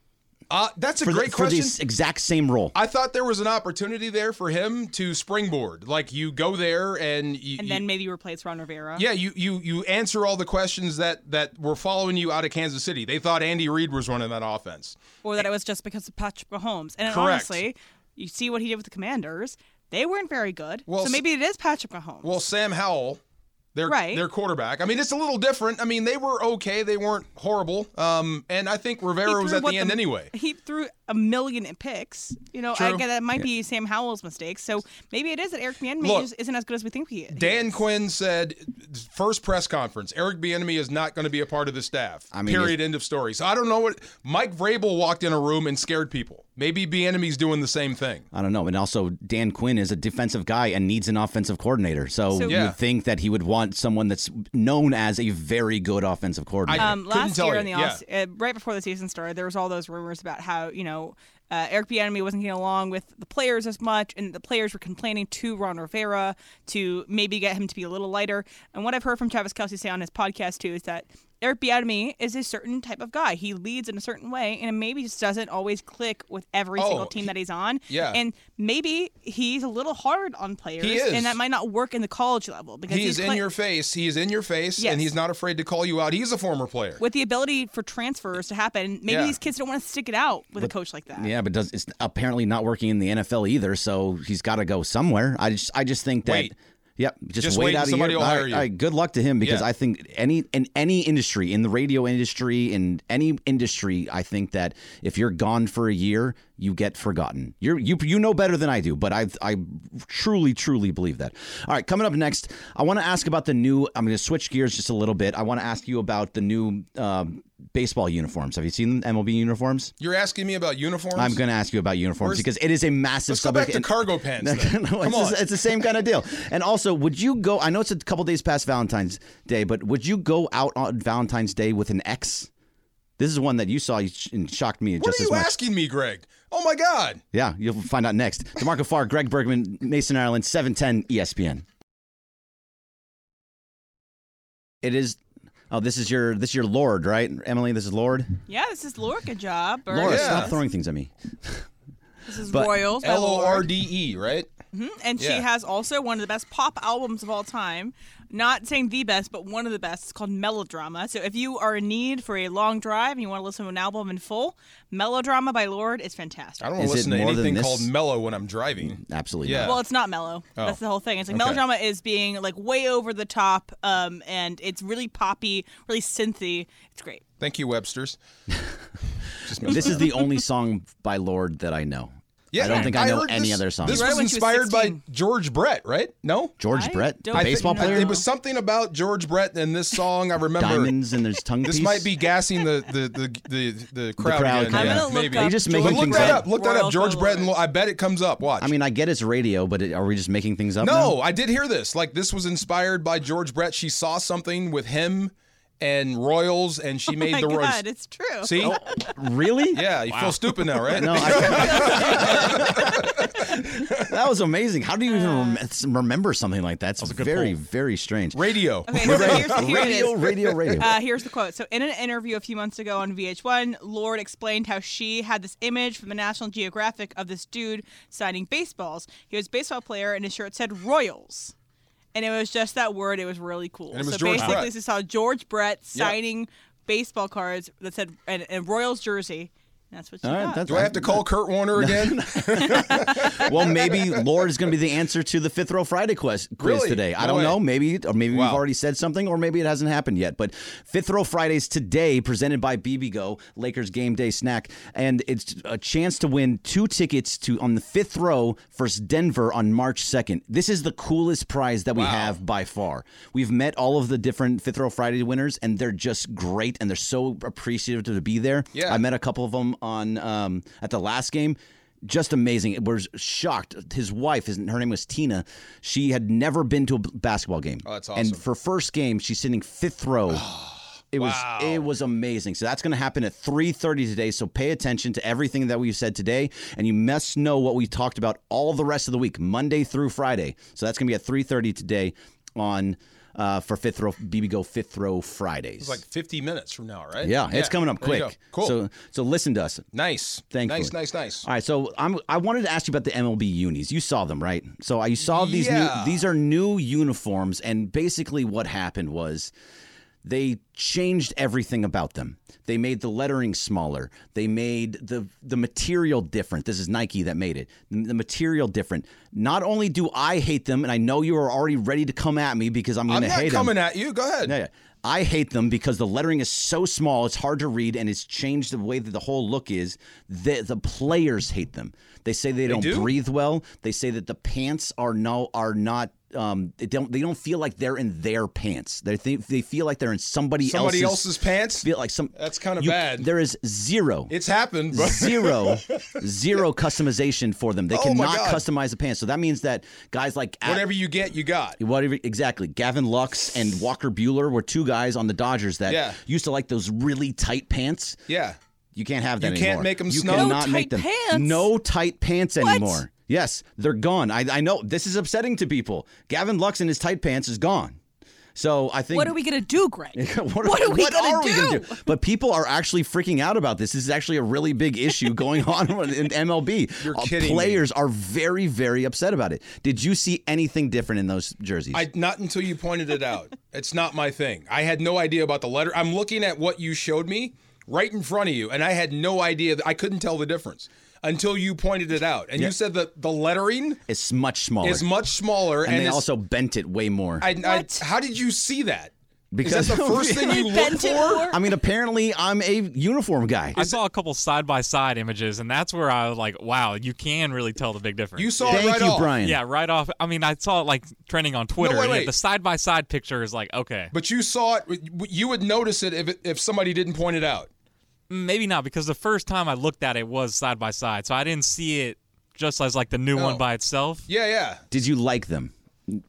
S2: Uh, that's a
S1: For, the-
S2: great
S1: for
S2: question.
S1: this exact same role.
S2: I thought there was an opportunity there for him to springboard. Like you go there and you,
S3: And
S2: you-
S3: then maybe replace Ron Rivera.
S2: yeah, you you you answer all the questions that that were following you out of Kansas City. They thought Andy Reid was running that offense.
S3: Or that it was just because of Patrick Mahomes. And then
S2: Correct.
S3: honestly, you see what he did with the Commanders. They weren't very good.
S2: Well,
S3: so
S2: s-
S3: maybe it is Patrick Mahomes.
S2: Well, Sam Howell, their
S3: Right.
S2: their quarterback. I mean, it's a little different. I mean, they were okay. They weren't horrible. Um, and I think
S3: He
S2: Rivera was
S3: threw
S2: at
S3: what
S2: the end anyway.
S3: He threw a million in picks. You know, I
S2: True.
S3: get that might be Sam Howell's mistake. So maybe it is that Eric
S2: Look,
S3: Bieniemy is- isn't as good as we think he is.
S2: Dan Quinn said, first press conference, Eric Bieniemy is not going to be a part of the staff. I
S1: mean,
S2: period. End of story. So I don't know what Mike Vrabel walked in a room and scared people. Maybe Bieniemy's doing the same thing.
S1: I don't know. And also, Dan Quinn is a defensive guy and needs an offensive coordinator. So,
S3: So-
S1: you
S2: Yeah.
S1: would think that he would want someone that's known as a very good offensive coordinator.
S3: Um,
S2: Couldn't
S3: last
S2: tell
S3: year
S2: you,
S3: in the off, uh, right before the season started, there was all those rumors about how you know uh, Eric Bieniemy wasn't getting along with the players as much, and the players were complaining to Ron Rivera to maybe get him to be a little lighter. And what I've heard from Travis Kelsey say on his podcast too is that Eric Bieniemy is a certain type of guy. He leads in a certain way, and it maybe just doesn't always click with every
S2: Oh,
S3: single team
S2: he-
S3: that he's on.
S2: yeah.
S3: and maybe he's a little hard on players,
S2: He is.
S3: and that might not work in the college level because
S2: He
S3: he's
S2: is in
S3: play-
S2: your face. He is in your face,
S3: Yes.
S2: and he's not afraid to call you out. He's a former player.
S3: with the ability for transfers to happen. Maybe
S2: Yeah.
S3: these kids don't want to stick it out with a coach like that.
S1: Yeah, but does it's apparently not working in the NFL either, so he's got to go somewhere. I just I just think that
S2: Wait.
S1: Yep, just,
S2: Just
S1: wait,
S2: wait
S1: out
S2: and
S1: a
S2: somebody
S1: year.
S2: will
S1: All
S2: hire
S1: right,
S2: you.
S1: all right, good luck to him because
S2: Yeah.
S1: I think any in any industry, in the radio industry, in any industry, I think that if you're gone for a year, you get forgotten. You're, you you know better than I do, but I I truly truly believe that. All right, coming up next, I want to ask about the new. I'm going to switch gears just a little bit. I want to ask you about the new. Um, Baseball uniforms. Have you seen MLB uniforms?
S2: You're asking me about uniforms.
S1: I'm going to ask you about uniforms
S2: Where's-
S1: because it is a massive
S2: Let's go
S1: subject.
S2: back to
S1: and-
S2: cargo pants. then.
S1: No,
S2: Come
S1: it's,
S2: on.
S1: the- it's the same kind of deal. And also, would you go? I know it's a couple days past Valentine's Day, but would you go out on Valentine's Day with an ex? This is one that you saw you sh- and shocked me
S2: What
S1: just
S2: are
S1: as
S2: you
S1: much.
S2: asking me, Greg? Oh my God!
S1: Yeah, you'll find out next. DeMarco Farr, Greg Bergman, Mason Ireland, E 710 ESPN. It is. Oh, this is your this is your Lord, right, Emily? This is Lord.
S3: Yeah, this is Lorca job. Bird.
S1: Laura,
S2: Yeah.
S1: stop throwing things at me.
S3: This is
S1: But-
S3: Royals. by
S2: L O R
S3: Lord.
S2: D E, right?
S3: Mhm. And she
S2: Yeah.
S3: has also one of the best pop albums of all time. Not saying the best, but one of the best. It's called Melodrama. So if you are in need for a long drive and you want to listen to an album in full, Melodrama by Lord is fantastic.
S2: I don't want
S1: Is
S2: to
S1: it
S2: listen to
S1: more than
S2: anything
S1: this?
S2: called mellow when I'm driving.
S1: Absolutely.
S2: Yeah.
S1: not.
S3: Well, it's not mellow.
S2: Oh.
S3: That's the whole thing. It's like melodrama is being like way over the top, um, and it's really poppy, really synthy. It's great.
S2: Thank you, Webster's. Just messing
S1: This
S2: around.
S1: is the only song by Lord that I know.
S2: Yeah,
S1: I don't think I know
S2: heard
S1: any
S2: this-
S1: other song.
S2: This
S3: Right
S2: was
S3: when she was
S2: inspired by
S3: 16.
S2: George Brett, right? No,
S1: George
S3: I
S1: Brett, the
S3: don't
S1: baseball
S3: know.
S1: player.
S2: It was something about George Brett and this song. I remember.
S1: diamonds and there's tongue
S2: This
S1: piece.
S2: might be gassing the the the the, the crowd.
S1: crowd
S2: again.
S1: can- I'm
S2: Yeah,
S3: gonna look
S2: maybe.
S3: up
S1: Are you just
S3: George
S1: making
S2: But
S3: Brett.
S2: look
S1: things
S2: that
S1: up?
S2: up. Look that up.
S3: Royals by
S2: George Brett and Lo-
S3: Lord.
S2: I bet it comes up. Watch.
S1: I mean, I get it's radio, but it, are we just making things up?
S2: no,
S1: now?
S2: I did hear this. Like this was inspired by George Brett. She saw something with him and Royals, and she made
S3: Oh My
S2: the Royals.
S3: God, it's true.
S2: See?
S1: really?
S2: Yeah, you feel stupid now, right?
S1: No, I, that was amazing. How do you even
S3: Uh,
S1: rem- remember something like that? It's very, very strange.
S2: Radio.
S3: Okay, so here's, here it is.
S1: radio, radio, radio.
S3: Uh, here's the quote. So, in an interview a few months ago on VH1, Lord explained how she had this image from the National Geographic of this dude signing baseballs. He was a baseball player, and his shirt said Royals. And it was just that word. It was really cool.
S2: And it was
S3: so,
S2: George
S3: basically,
S2: Brett.
S3: this is how George Brett signing baseball cards that said and, and Royals jersey. And that's what she
S1: All right,
S3: got.
S1: that's-
S2: Do I have to call Kurt Warner again?
S1: well, maybe Lord is going to be the answer to the fifth row Friday quest quiz
S2: Really?
S1: today. I
S2: No
S1: don't
S2: way.
S1: know. Maybe or maybe
S2: Wow.
S1: we've already said something, or maybe it hasn't happened yet. But fifth row Fridays today, presented by BBGO Lakers game day snack, and it's a chance to win two tickets to on the fifth row versus Denver on March second. This is the coolest prize that we have by far. We've met all of the different fifth row Friday winners, and they're just great, and they're so appreciative to be there.
S2: Yeah.
S1: I met a couple of them on um, at the last game. Just amazing. We're shocked. His wife, his, her name was Tina. She had never been to a b- basketball game. Oh,
S2: that's Oh,
S1: And for first game, she's sitting fifth row. It was it was amazing. So that's going to happen at 3:30 today. So pay attention to everything that we've said today, and you must know what we talked about all the rest of the week, Monday through Friday. So that's going to be at 3:30 today on uh, for fifth row BB Go fifth row Fridays.
S2: It's like 50 minutes from now, right?
S1: yeah, it's coming up
S2: There you
S1: quick.
S2: go. Cool.
S1: So so listen to us.
S2: nice.
S1: Thankfully.
S2: Nice, nice, nice.
S1: All right, so I'm I wanted to ask you about the MLB unis. You saw them, right? So I- you saw these
S2: Yeah.
S1: new these are new uniforms and basically what happened was they changed everything about them. They made the lettering smaller. They made the the material different. This is Nike that made it. The the material different. Not only do I hate them and I know you are already ready to come at me because I'm going
S2: I'm
S1: to
S2: not
S1: hate them.
S2: coming at you. Go ahead.
S1: Yeah, yeah. I hate them because the lettering is so small, it's hard to read, and it's changed the way that the whole look is. The, the players hate them. They say they, don't
S2: do?
S1: breathe well. They say that the pants are no are not. Um, they don't. They don't feel like they're in their pants. They think they feel like they're in somebody,
S2: Somebody
S1: else's.
S2: else's pants.
S1: Feel like some.
S2: That's kinda
S1: you-
S2: bad.
S1: There is zero.
S2: It's happened, but
S1: Zero, zero customization for them. They
S2: Oh my
S1: cannot
S2: God.
S1: customize the pants. So that means that guys like At-
S2: whatever you get, you got.
S1: Whatever, exactly. Gavin Lux and Walker Bueller were two guys on the Dodgers that
S2: Yeah.
S1: used to like those really tight pants.
S2: Yeah.
S1: You can't have that
S2: You
S1: anymore.
S2: can't make 'em
S1: You
S2: snug?
S1: cannot
S3: No tight
S1: make them.
S3: pants?
S1: No tight pants anymore. Yes, they're gone. I, I know this is upsetting to people. Gavin Lux and his tight pants is gone. So I think
S3: What are we gonna do, Greg?
S1: what,
S3: What are we gonna
S1: gonna
S3: do?
S1: But people are actually freaking out about this. This is actually a really big issue going on in MLB.
S2: You're
S1: Uh,
S2: kidding me.
S1: Players are very, very upset about it. Did you see anything different in those jerseys?
S2: I not until you pointed it out. it's not my thing. I had no idea about the letter. I'm looking at what you showed me right in front of you, and I had no idea. That, I couldn't tell the difference until you pointed it out. And you said that the lettering
S1: it's much smaller.
S2: is much smaller,
S1: and,
S2: and,
S1: they
S2: it's-
S1: also bent it way more.
S2: I, I,
S3: What?
S2: how did you see that? Is
S1: because
S2: that the first thing you look
S3: Bent it
S2: for?
S3: more?
S1: I mean, apparently I'm a uniform guy.
S4: I saw a couple side by side images, and that's where I was like, "Wow, you can really tell the big difference."
S2: You saw it
S1: Thank
S2: right
S1: you,
S2: off.
S1: Brian.
S4: yeah, right off. I mean, I saw it like trending on Twitter.
S2: wait,
S4: and yeah,
S2: wait.
S4: the side by side picture is like, okay,
S2: But you saw it. You would notice it if it- if somebody didn't point it out.
S4: maybe not because the first time I looked at it was side by side, so I didn't see it just as like the new
S2: Oh.
S4: one by itself.
S2: Yeah, yeah.
S1: Did you like them?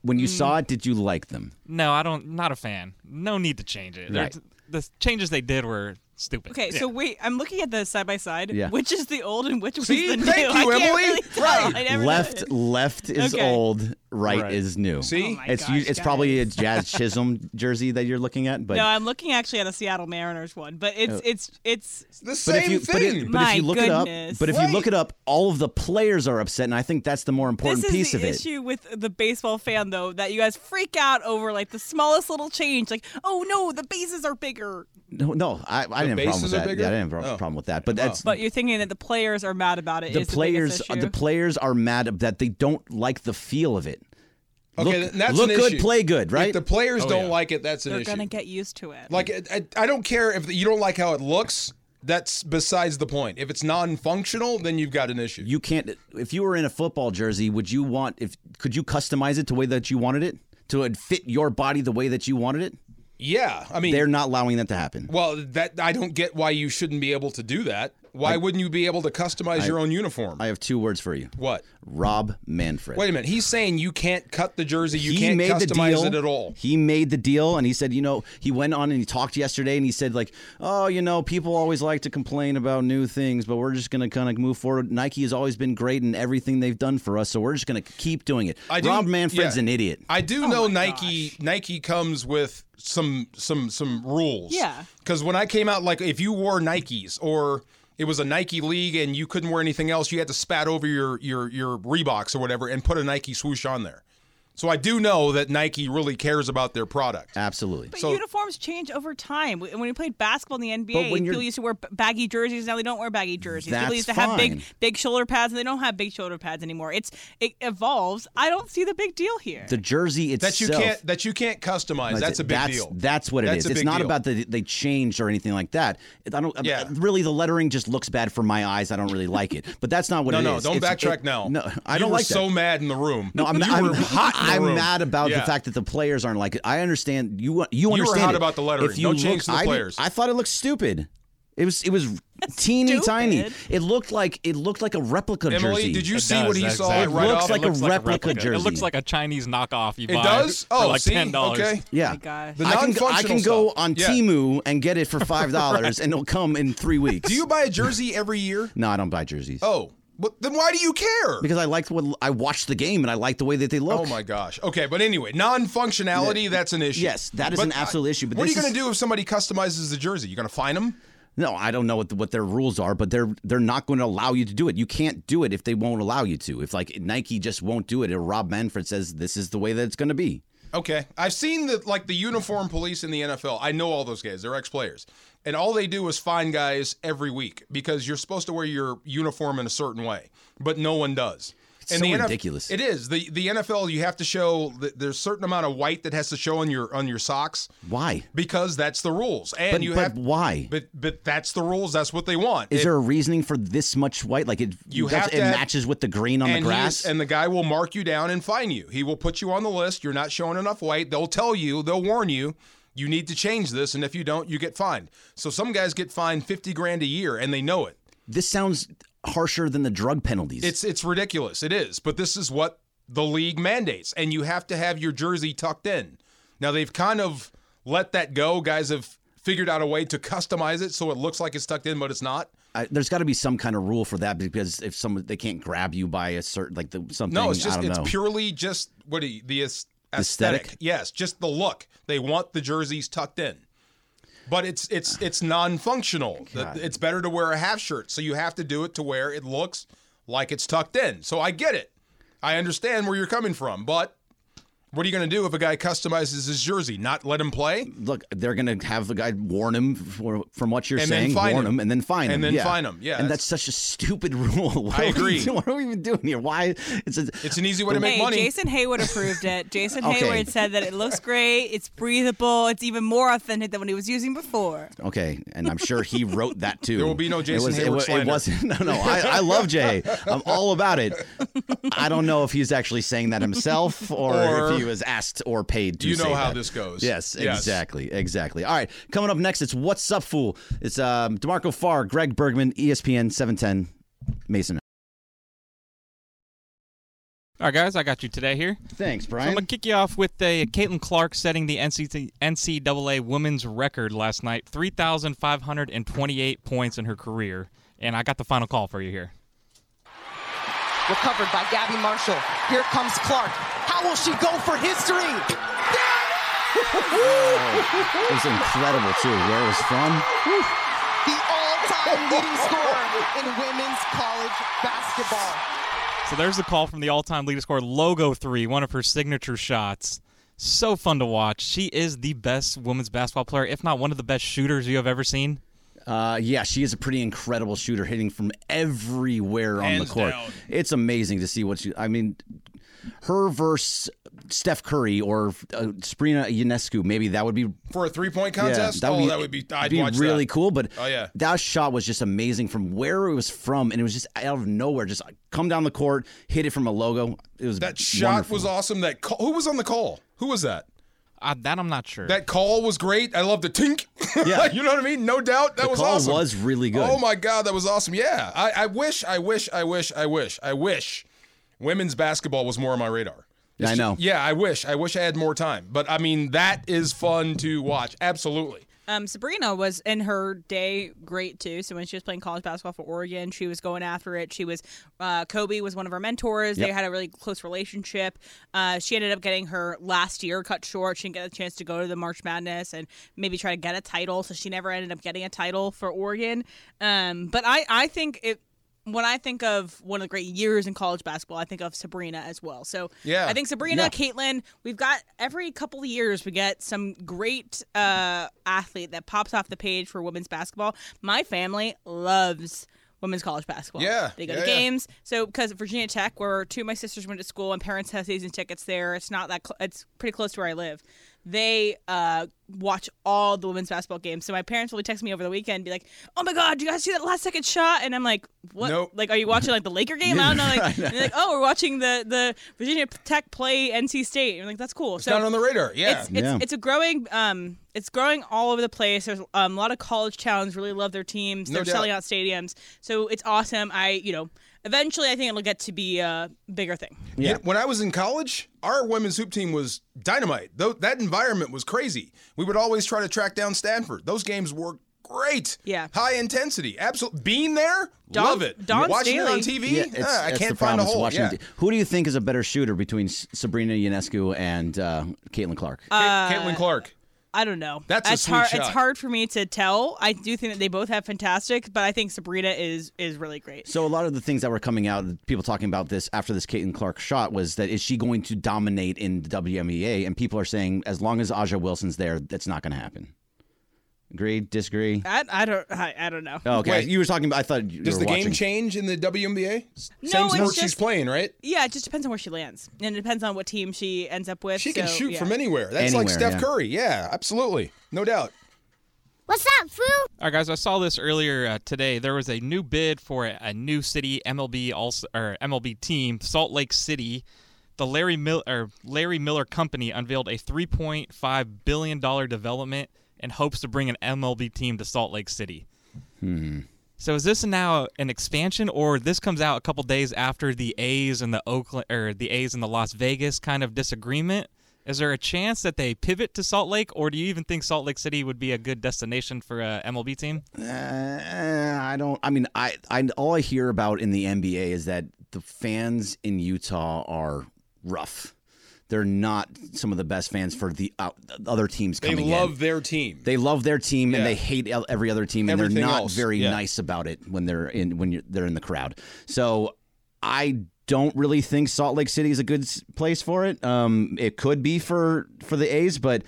S1: When
S2: Mm.
S1: you saw it, did you like them?
S4: No, I don't. Not a fan. No need to change it. They're-
S1: Right.
S4: The changes they did were stupid.
S3: Okay,
S4: Yeah.
S3: so wait, I'm looking at the side by side.
S1: Yeah.
S3: Which is the old and which was
S2: See?
S3: the new?
S2: Thank
S3: I
S2: you,
S3: can't
S2: Emily.
S3: really tell.
S2: Right.
S3: I never
S1: left,
S3: know.
S1: left is
S3: Okay.
S1: old, right,
S4: Right.
S1: is new.
S2: See?
S3: Oh my
S1: it's u-
S3: gosh,
S1: it's probably a Jazz Chisholm jersey that you're looking at, but
S3: No, I'm looking actually at a Seattle Mariners one, but it's
S1: Oh.
S3: it's it's
S2: It's the
S1: But
S2: same
S1: if you but, it,
S2: thing.
S1: but if you
S3: My
S1: look it up,
S3: goodness.
S1: but if
S2: Right.
S1: you look it up, all of the players are upset, and I think that's the more important
S3: this is
S1: piece
S3: the
S1: of it.
S3: issue with the baseball fan though that you guys freak out over like the smallest little change, like oh no, the bases are bigger,
S1: No, no, I, I didn't have a problem
S2: bases
S1: with
S2: are
S1: that.
S2: bigger?
S1: Yeah, I didn't have a
S2: Oh.
S1: problem with that. But that's
S3: but you're thinking that the players are mad about it.
S1: the
S3: is
S1: players.
S3: the, biggest
S1: the
S3: issue.
S1: players are mad that they don't like the feel of it.
S2: okay,
S1: look,
S2: that's
S1: look
S2: an
S1: good,
S2: issue.
S1: play good,
S2: If
S1: right? Oh,
S2: the players don't
S4: yeah.
S2: like it, that's an
S3: they're
S2: issue.
S3: gonna get used to it.
S2: Like, I, I I don't care if you don't like how it looks. That's besides the point. If it's non-functional, then you've got an issue.
S1: you can't. If you were in a football jersey, would you want? If could you customize it to the way that you wanted it to it fit your body the way that you wanted it?
S2: yeah, I mean,
S1: They're not allowing that to happen.
S2: well, that I don't get why you shouldn't be able to do that. Why wouldn't you be able to customize your own uniform?
S1: I have two words for you:
S2: what?
S1: Rob Manfred.
S2: Wait a minute. He's saying you can't cut the jersey. You
S1: he
S2: can't
S1: made
S2: customize
S1: the deal.
S2: it at all.
S1: He made the deal, and he said, you know, he went on and he talked yesterday, and he said, like, oh, you know, people always like to complain about new things, but we're just gonna kind of move forward. Nike has always been great in everything they've done for us, so we're just gonna keep doing it.
S2: I do-
S1: Rob Manfred's
S2: yeah.
S1: an idiot.
S2: I do know Nike. Nike comes with some some some rules.
S3: Yeah.
S2: Because when I came out, like if you wore Nikes or it was a Nike league and you couldn't wear anything else, you had to spat over your your your Reeboks or whatever and put a Nike swoosh on there. So I do know that Nike really cares about their product.
S1: Absolutely.
S3: But
S2: So-
S3: uniforms change over time. When we played basketball in the
S1: But
S3: NBA,
S1: when you're-
S3: people used to wear b- baggy jerseys. Now they don't wear baggy jerseys.
S1: That's
S3: people used to have big,
S1: fine.
S3: big shoulder pads, and they don't have big shoulder pads anymore. It's it evolves. I don't see the big deal here.
S1: The jersey itself.
S2: That you can't that you can't customize. That's a big
S1: that's,
S2: deal.
S1: That's what it is.
S2: That's a
S1: It's
S2: big
S1: not
S2: deal.
S1: about that they changed or anything like that. I don't.
S2: Yeah.
S1: Really, the lettering just looks bad for my eyes. I don't really like it. But that's not what
S2: no,
S1: it
S2: no,
S1: is.
S2: don't
S1: It's-
S2: backtrack
S1: it-
S2: now.
S1: No, I
S2: You
S1: don't
S2: were
S1: like that.
S2: so mad in the room.
S1: No, I'm,
S2: you
S1: I'm,
S2: were hot. in the
S1: I'm
S2: room.
S1: mad about
S2: Yeah.
S1: the fact that the players aren't like it. I understand you. You
S2: were
S1: understand
S2: hot
S1: it.
S2: about the lettering.
S1: If you
S2: Don't change
S1: look-
S2: to the
S1: I did-
S2: players.
S1: I thought it looked stupid. It was. It was teeny tiny.
S3: Stupid.
S1: It looked like it looked like a replica
S2: Emily,
S1: jersey.
S2: did you
S4: It
S2: see
S4: does,
S2: what he
S4: that
S2: saw
S4: exact-
S2: right
S1: It looks
S2: off?
S1: like
S4: It
S1: a
S4: looks
S1: replica
S4: It
S1: jersey.
S4: looks like a Chinese knockoff you
S2: it
S4: buy.
S2: does.
S4: for
S2: Oh,
S4: like
S2: see,
S4: ten dollars.
S2: okay.
S1: Yeah.
S3: Oh my gosh.
S2: The
S1: I can, go- I
S2: non-functional
S1: can go
S2: stuff.
S1: on
S2: Yeah.
S1: Timu and get it for five dollars, and it'll come in three weeks.
S2: Do you buy a jersey every year?
S1: No, I don't buy jerseys.
S2: Oh, but then why do you care?
S1: because I liked what I watched the game, and I liked the way that they look.
S2: oh my gosh. Okay, but anyway, non-functionality, that's an issue.
S1: Yes, that is
S2: But
S1: an absolute issue. But
S2: what are
S1: this
S2: you going
S1: is-
S2: to do if somebody customizes the jersey? You going to fine them?
S1: No, I don't know what, the, what their rules are, but they're they're not going to allow you to do it. You can't do it if they won't allow you to. If like Nike just won't do it, or Rob Manfred says this is the way that it's going to be.
S2: Okay. I've seen the like the uniform police in the NFL. I know all those guys. They're ex-players. And all they do is fine guys every week because you're supposed to wear your uniform in a certain way, but no one does.
S1: so
S2: and the NF
S1: ridiculous.
S2: It is. The the NFL you have to show th- there's a certain amount of white that has to show on your on your socks
S1: Why?
S2: because that's the rules. And
S1: But,
S2: you
S1: but
S2: have
S1: why?
S2: But but that's the rules. That's what they want.
S1: is
S2: It-
S1: there a reasoning for this much white? Like it,
S2: You
S1: that's-
S2: have to
S1: it
S2: have-
S1: matches with the green on the
S2: and he
S1: grass.
S2: is- and the guy will mark you down and fine you. He will put you on the list. You're not showing enough weight. They'll tell you. They'll warn you. You need to change this, and if you don't, you get fined. So some guys get fined fifty grand a year, and they know it.
S1: this sounds harsher than the drug penalties.
S2: It's it's ridiculous. It is, but this is what the league mandates, and you have to have your jersey tucked in. Now they've kind of let that go. Guys have figured out a way to customize it so it looks like it's tucked in, but it's not.
S1: I, there's got to be some kind of rule for that because if someone they can't grab you by a certain like the something.
S2: No, it's
S1: I
S2: just
S1: don't
S2: it's
S1: know.
S2: purely just what do you- the aes-
S1: aesthetic.
S2: Yes, just the look. They want the jerseys tucked in. But it's it's it's non-functional. The- It's better to wear a half shirt, so you have to do it to where it looks like it's tucked in. So I get it. I understand where you're coming from, but what are you going to do if a guy customizes his jersey? Not let him play?
S1: Look, they're going to have the guy warn him for, from what you're
S2: And then
S1: saying,
S2: fine
S1: warn
S2: him.
S1: him, and then fine him.
S2: And then
S1: yeah.
S2: fine him, yeah,
S1: And
S2: that's-
S1: that's such a stupid rule. What are
S2: I
S1: we
S2: agree.
S1: doing- What are we even doing here? Why? It's a,
S2: It's an easy way to make
S3: Hey,
S2: money.
S3: Jason Hayward approved it. Jason
S1: Okay.
S3: Hayward said that it looks great, it's breathable, it's even more authentic than what he was using before.
S1: Okay, and I'm sure he wrote that too.
S2: There will be no Jason
S1: it was,
S2: Hayward
S1: it, wa-
S2: slander.
S1: it wasn't. No, no. I, I love Jay. I'm all about it. I don't know if he's actually saying that himself or,
S2: Or-
S1: if he was asked or paid to.
S2: You know
S1: say
S2: how
S1: that.
S2: this goes.
S1: Yes,
S2: Yes.
S1: exactly, exactly. All right, coming up next, it's what's up, fool. It's um, Demarco Farr, Greg Bergman, E ESPN 710, Mason.
S4: All right, guys, I got you today here.
S1: Thanks,
S4: So I'm
S1: Brian.
S4: gonna kick you off with a Caitlin Clark setting the NCAA NCAA women's record last night, 3,528 points in her career, and I got the final call for you here.
S6: recovered by Gabby Marshall. Here comes Clark. How will she go for history?
S1: It was incredible too. Where it was from.
S6: The all-time leading scorer in women's college basketball.
S4: So there's the call from the all-time leading scorer, Logo Three, one of her signature shots. So fun to watch. She is the best women's basketball player, if not one of the best shooters you have ever seen.
S1: Uh, yeah, she is a pretty incredible shooter, hitting from everywhere on
S2: Hands
S1: the court.
S2: down.
S1: It's amazing to see what she. I mean, her versus Steph Curry or uh, Sabrina Ionescu, maybe that would be.
S2: For a three-point
S1: Yeah,
S2: contest?
S1: that would
S2: oh,
S1: be,
S2: that would be I'd
S1: be
S2: watch
S1: really
S2: that.
S1: cool. But
S2: Oh, yeah.
S1: that shot was just amazing from where it was from, and it was just out of nowhere. Just come down the court, hit it from a logo. It was
S2: That shot
S1: wonderful.
S2: was awesome. That call, who was on the call? Who was that?
S4: Uh, that I'm not sure.
S2: That call was great. I love the tink.
S1: Yeah.
S2: you know what I mean? No doubt. That was
S1: call
S2: awesome.
S1: was really good.
S2: Oh my god, that was awesome. Yeah. I, I wish, I wish, I wish, I wish, I wish women's basketball was more on my radar.
S1: Yeah, I know.
S2: Yeah, I wish. I wish I had more time. But I mean, that is fun to watch. Absolutely.
S3: Um, Sabrina was in her day great too. So when she was playing college basketball for Oregon, she was going after it. She was uh, Kobe was one of her mentors. They
S1: Yep.
S3: had a really close relationship. Uh, she ended up getting her last year cut short. She didn't get a chance to go to the March Madness and maybe try to get a title. So she never ended up getting a title for Oregon. Um, but I I think it. When I think of one of the great years in college basketball, I think of Sabrina as well. So
S2: Yeah.
S3: I think Sabrina, Caitlin, we've got every couple of years we get some great uh, athlete that pops off the page for women's basketball. My family loves women's college basketball.
S2: Yeah,
S3: they go
S2: yeah,
S3: to
S2: yeah.
S3: games. So because at Virginia Tech, where two of my sisters went to school, and parents have season tickets there. It's not that cl- it's pretty close to where I live. They uh, watch all the women's basketball games. So my parents will text me over the weekend, and be like, "Oh my god, do you guys see that last second shot?" And I'm like, "What?
S2: Nope.
S3: Like, are you watching like the Laker game?" I don't know. Like, and they're like, "Oh, we're watching the the Virginia Tech play NC State." And I'm like, "That's cool."
S2: It's not on the radar. Yeah.
S3: It's, it's,
S1: Yeah.
S3: it's a growing um it's growing all over the place. There's um, a lot of college towns really love their teams.
S2: No
S3: They're
S2: doubt.
S3: selling out stadiums, so it's awesome. I you know eventually I think it'll get to be a bigger thing.
S2: You know, when I was in college, our women's hoop team was dynamite. Though that environment was crazy. We would always try to track down Stanford. Those games were great.
S3: Yeah.
S2: High intensity. Absolutely. Being there,
S3: Don-
S2: love it.
S3: Don
S2: Watching it on
S3: Staley.
S2: TV,
S1: Yeah, it's,
S2: ah, I
S1: that's
S2: can't
S1: the
S2: find a
S1: problem. It's
S2: hole.
S1: Washington
S2: Yeah.
S1: D- Who do you think is a better shooter between S- Sabrina Ionescu and uh, Caitlin Clark?
S2: Ca- Caitlin Clark.
S3: I don't know.
S2: That's a
S3: it's
S2: sweet
S3: hard.
S2: shot.
S3: It's hard for me to tell. I do think that they both have fantastic, but I think Sabrina is is really great.
S1: So a lot of the things that were coming out, people talking about this after this Caitlin Clark shot was that is she going to dominate in the WNBA? And people are saying as long as Aja Wilson's there, that's not going to happen. Agree? Disagree?
S3: I, I don't I, I don't know.
S1: Okay,
S2: Uh, Wait.
S1: you were talking about. I thought you
S2: Does
S1: were
S2: the
S1: watching.
S2: game change in the WNBA?
S3: No,
S2: Same
S3: it's
S2: sport she's
S3: just-
S2: playing, right?
S3: Yeah, it just depends on where she lands, and it depends on what team she ends up with.
S2: She can
S3: so,
S2: shoot
S3: yeah.
S2: from anywhere. That's like
S1: Anywhere,
S2: Steph
S1: yeah.
S2: Curry. Yeah, absolutely. No doubt.
S7: What's up, fool?
S4: All right, guys. I saw this earlier uh, today. There was a new bid for a, a new city MLB also, or MLB team, Salt Lake City. The Larry Miller or Larry Miller Company unveiled a 3.5 billion dollar development in hopes to bring an MLB team to Salt Lake City. So is this now an expansion, or this comes out a couple days after the A's and the Oakland or the A's and the Las Vegas kind of disagreement? Is there a chance that they pivot to Salt Lake, or do you even think Salt Lake City would be a good destination for a MLB team?
S1: Uh, I don't. I mean, I, I all I hear about in the NBA is that the fans in Utah are rough. they're not some of the best fans for the out, other teams
S2: They
S1: coming in.
S2: love their team.
S1: They love their team
S2: Yeah.
S1: and they hate el- every other team, and
S2: Everything
S1: they're not
S2: else,
S1: very
S2: yeah.
S1: nice about it when they're in when you're, they're in the crowd. So I don't really think Salt Lake City is a good s- place for it. Um, it could be for for the A's, but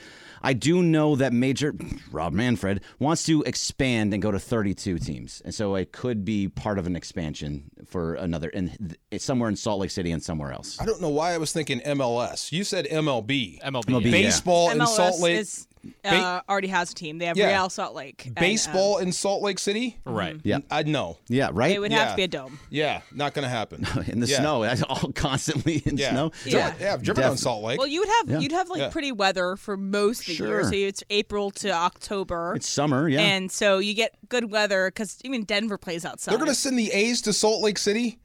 S1: I do know that Major Rob Manfred wants to expand and go to 32 teams, and so it could be part of an expansion for another and it's somewhere in Salt Lake City and somewhere else.
S2: I don't know why I was thinking MLS. You said MLB.
S4: MLB.
S1: MLB,
S4: yeah.
S1: yeah.
S2: Baseball in
S3: MLS
S2: Salt Lake.
S3: is, uh, already has a team. They have
S2: Yeah.
S3: Real Salt Lake. and, um,
S2: baseball in Salt Lake City?
S4: Right.
S2: I'd know.
S1: Yeah,
S3: it
S1: right.
S3: would have
S2: Yeah.
S3: to be a dome.
S2: Yeah, not going to happen.
S1: in the
S2: Yeah.
S1: snow, that's all constantly in
S2: Yeah.
S1: snow.
S3: Yeah.
S2: Yeah, I've driven on
S1: Def-
S2: Salt Lake.
S3: Well, you would have
S1: Yeah.
S3: you'd have like
S2: Yeah.
S3: pretty weather for most of the year.
S1: Sure.
S3: So it's April to October,
S1: It's summer, yeah.
S3: and so you get good weather because even Denver plays outside.
S2: They're going to send the A's to Salt Lake City?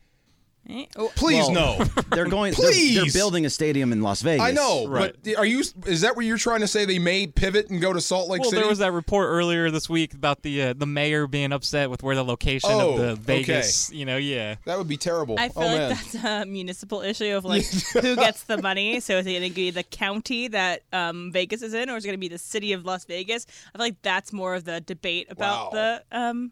S3: Eh? Oh,
S2: Please
S1: Well,
S2: no.
S1: They're going. they're- They're,
S2: Please.
S1: building a stadium in Las Vegas.
S2: I know,
S4: Right.
S2: but are you? Is that what you're trying to say? They may pivot and go to Salt Lake
S4: Well,
S2: City.
S4: there was that report earlier this week about the uh, the mayor being upset with where the location
S2: Oh,
S4: of the
S2: okay.
S4: Vegas. You know, yeah.
S2: That would be terrible.
S3: I feel
S2: oh
S3: like
S2: man,
S3: that's a municipal issue of like who gets the money. So is it going to be the county that um, Vegas is in, or is it going to be the city of Las Vegas? I feel like that's more of the debate about
S2: Wow.
S3: the um,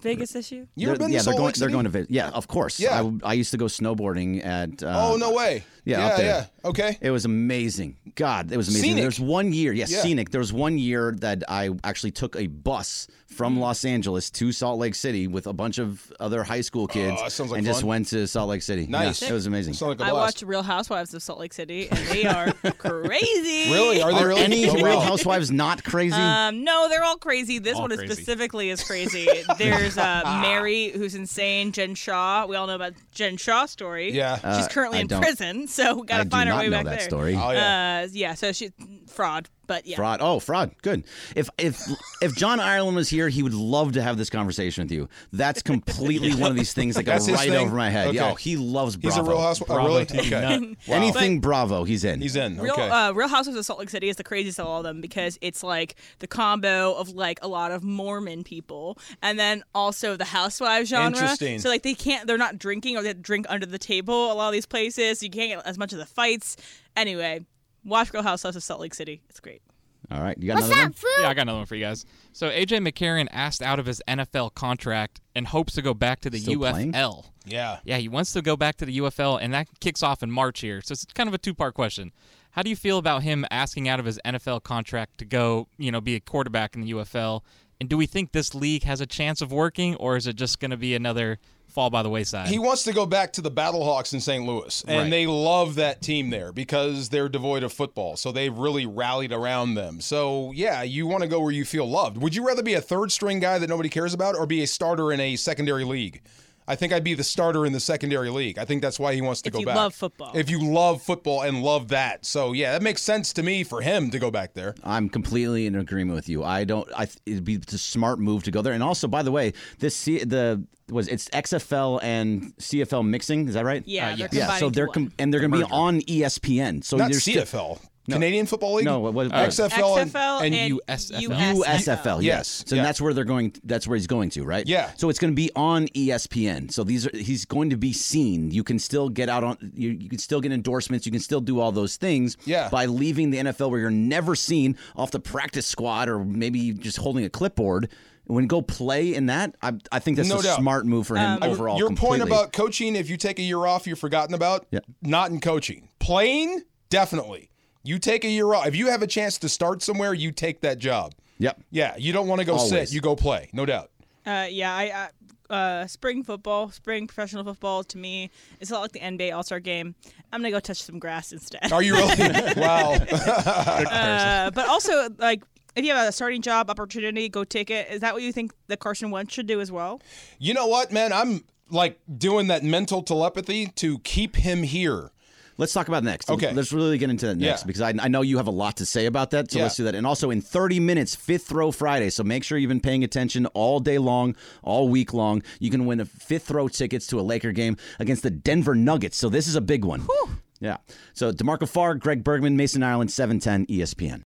S3: Vegas issue.
S2: you ever
S1: They're-
S2: been
S1: yeah,
S2: to Salt
S1: they're going.
S2: Lake City?
S1: They're going to Vegas. Yeah, of course.
S2: Yeah.
S1: I, I used to go snowboarding at. Uh,
S2: oh no way.
S1: yeah,
S2: yeah,
S1: up there.
S2: yeah. Okay.
S1: It was amazing. God, it was amazing.
S2: Scenic.
S1: There's one year, yes,
S2: Yeah.
S1: scenic. There was one year that I actually took a bus
S2: Mm.
S1: from Los Angeles to Salt Lake City with a bunch of other high school kids,
S2: Oh, that sounds like
S1: and just
S2: fun.
S1: went to Salt Lake City.
S2: Nice.
S1: Yeah, it was amazing.
S2: Sound like a
S3: I
S2: blast.
S3: watched Real Housewives of Salt Lake City, and they are crazy.
S2: Really? Are they
S1: Are
S2: really?
S1: any
S2: Oh,
S1: Real
S2: wow.
S1: Housewives not crazy?
S3: Um, no, they're all crazy. This
S4: All
S3: one
S4: crazy.
S3: is specifically is crazy. There's uh, Mary, who's insane. Jen Shaw. We all know about Jen Shaw's story.
S2: Yeah.
S3: she's currently
S1: Uh, I
S3: in
S1: don't-
S3: prison, so we
S1: I
S3: gotta
S1: do
S3: find our
S1: not
S3: way
S1: know
S3: back
S1: that
S3: there.
S1: story.
S2: Oh yeah.
S3: Uh, yeah. So she fraud, but yeah.
S1: Fraud. Oh, fraud. Good. If if if John Ireland was here, he would love to have this conversation with you. That's completely one of these things that go
S2: That's his
S1: right
S2: thing?
S1: over my head. Yeah,
S2: Okay.
S1: oh, he loves Bravo.
S2: He's a Real Housewife. Oh, really?
S4: team
S2: Okay.
S4: nut.
S2: Wow.
S1: Anything Bravo, he's in.
S2: He's in.
S3: Real
S2: Okay.
S3: uh, Real Housewives of Salt Lake City is the craziest of all of them because it's like the combo of like a lot of Mormon people and then also the housewives genre.
S2: Interesting.
S3: So like they can't they're not drinking or they drink under the table a lot of these places. You can't get as much of the fights. Anyway, watch Real Housewives of Salt Lake City. It's great.
S1: All right, you got
S7: What's
S1: another
S7: up,
S1: one?
S7: fool?
S4: Yeah, I got another one for you guys. So AJ McCarron asked out of his NFL contract and hopes to go back to the
S1: Still
S4: UFL.
S1: playing?
S2: yeah.
S4: Yeah, he wants to go back to the UFL, and that kicks off in March here. So it's kind of a two-part question. How do you feel about him asking out of his NFL contract to go, you know, be a quarterback in the UFL? And do we think this league has a chance of working, or is it just going to be another fall by the wayside?
S2: He wants to go back to the Battlehawks in St. Louis, and
S4: Right.
S2: they love that team there because they're devoid of football. So they've really rallied around them. So yeah, you want to go where you feel loved. Would you rather be a third string guy that nobody cares about, or be a starter in a secondary league? I think I'd be the starter in the secondary league. I think that's why he wants to
S3: If
S2: go
S3: you
S2: back.
S3: love football.
S2: If you love football and love that, so yeah, that makes sense to me for him to go back there.
S1: I'm completely in agreement with you. I don't. I th- it'd be the smart move to go there. And also, by the way, this C- the was it's XFL and CFL mixing. Is that right?
S3: Yeah,
S2: Uh,
S3: they're
S4: yes.
S1: Yeah.
S3: combining
S1: so
S3: to
S1: they're
S3: one.
S1: com- and they're going to be on E ESPN. So
S2: Not
S1: there's still-
S2: CFL, Canadian Football League.
S1: No, what- what-
S2: XFL, and-
S3: XFL
S2: and,
S3: and,
S4: USFL.
S1: USFL,
S2: Yes,
S1: yes. So
S2: yeah.
S1: that's where they're going. That's where he's going to, right?
S2: Yeah.
S1: So it's going to be on E ESPN. So these are he's going to be seen. You can still get out on. You, you can still get endorsements. You can still do all those things.
S2: Yeah.
S1: By leaving the NFL, where you're never seen off the practice squad, or maybe just holding a clipboard. When go play in that, I, I think that's
S2: No
S1: a
S2: doubt. Um,
S1: smart move for him overall.
S2: Your point
S1: completely.
S2: about coaching, if you take a year off, you're forgotten about.
S1: Yeah.
S2: Not in coaching. Playing, definitely. You take a year off. If you have a chance to start somewhere, you take that job.
S1: Yep.
S2: Yeah, you don't want to go sit.
S1: Always.
S2: You go play, no doubt.
S3: Uh, yeah, I, I uh, spring football, spring professional football to me is a lot like the NBA All Star Game. I'm gonna go touch some grass instead.
S2: Are you really? wow.
S3: Uh, but also, like, if you have a starting job opportunity, go take it. Is that what you think that Carson Wentz should do as well?
S2: You know what, man? I'm like doing that mental telepathy to keep him here.
S1: Let's talk about next.
S2: Okay.
S1: Let's really get into that next
S2: Yeah.
S1: because I, I know you have a lot to say about that. So
S2: Yeah.
S1: let's do that. And also in 30 minutes, fifth row Friday. So make sure you've been paying attention all day long, all week long. You can win a fifth row tickets to a Laker game against the Denver Nuggets. So this is a big one. Yeah. So DeMarco Farr, Greg Bergman, Mason Ireland, 710 ESPN.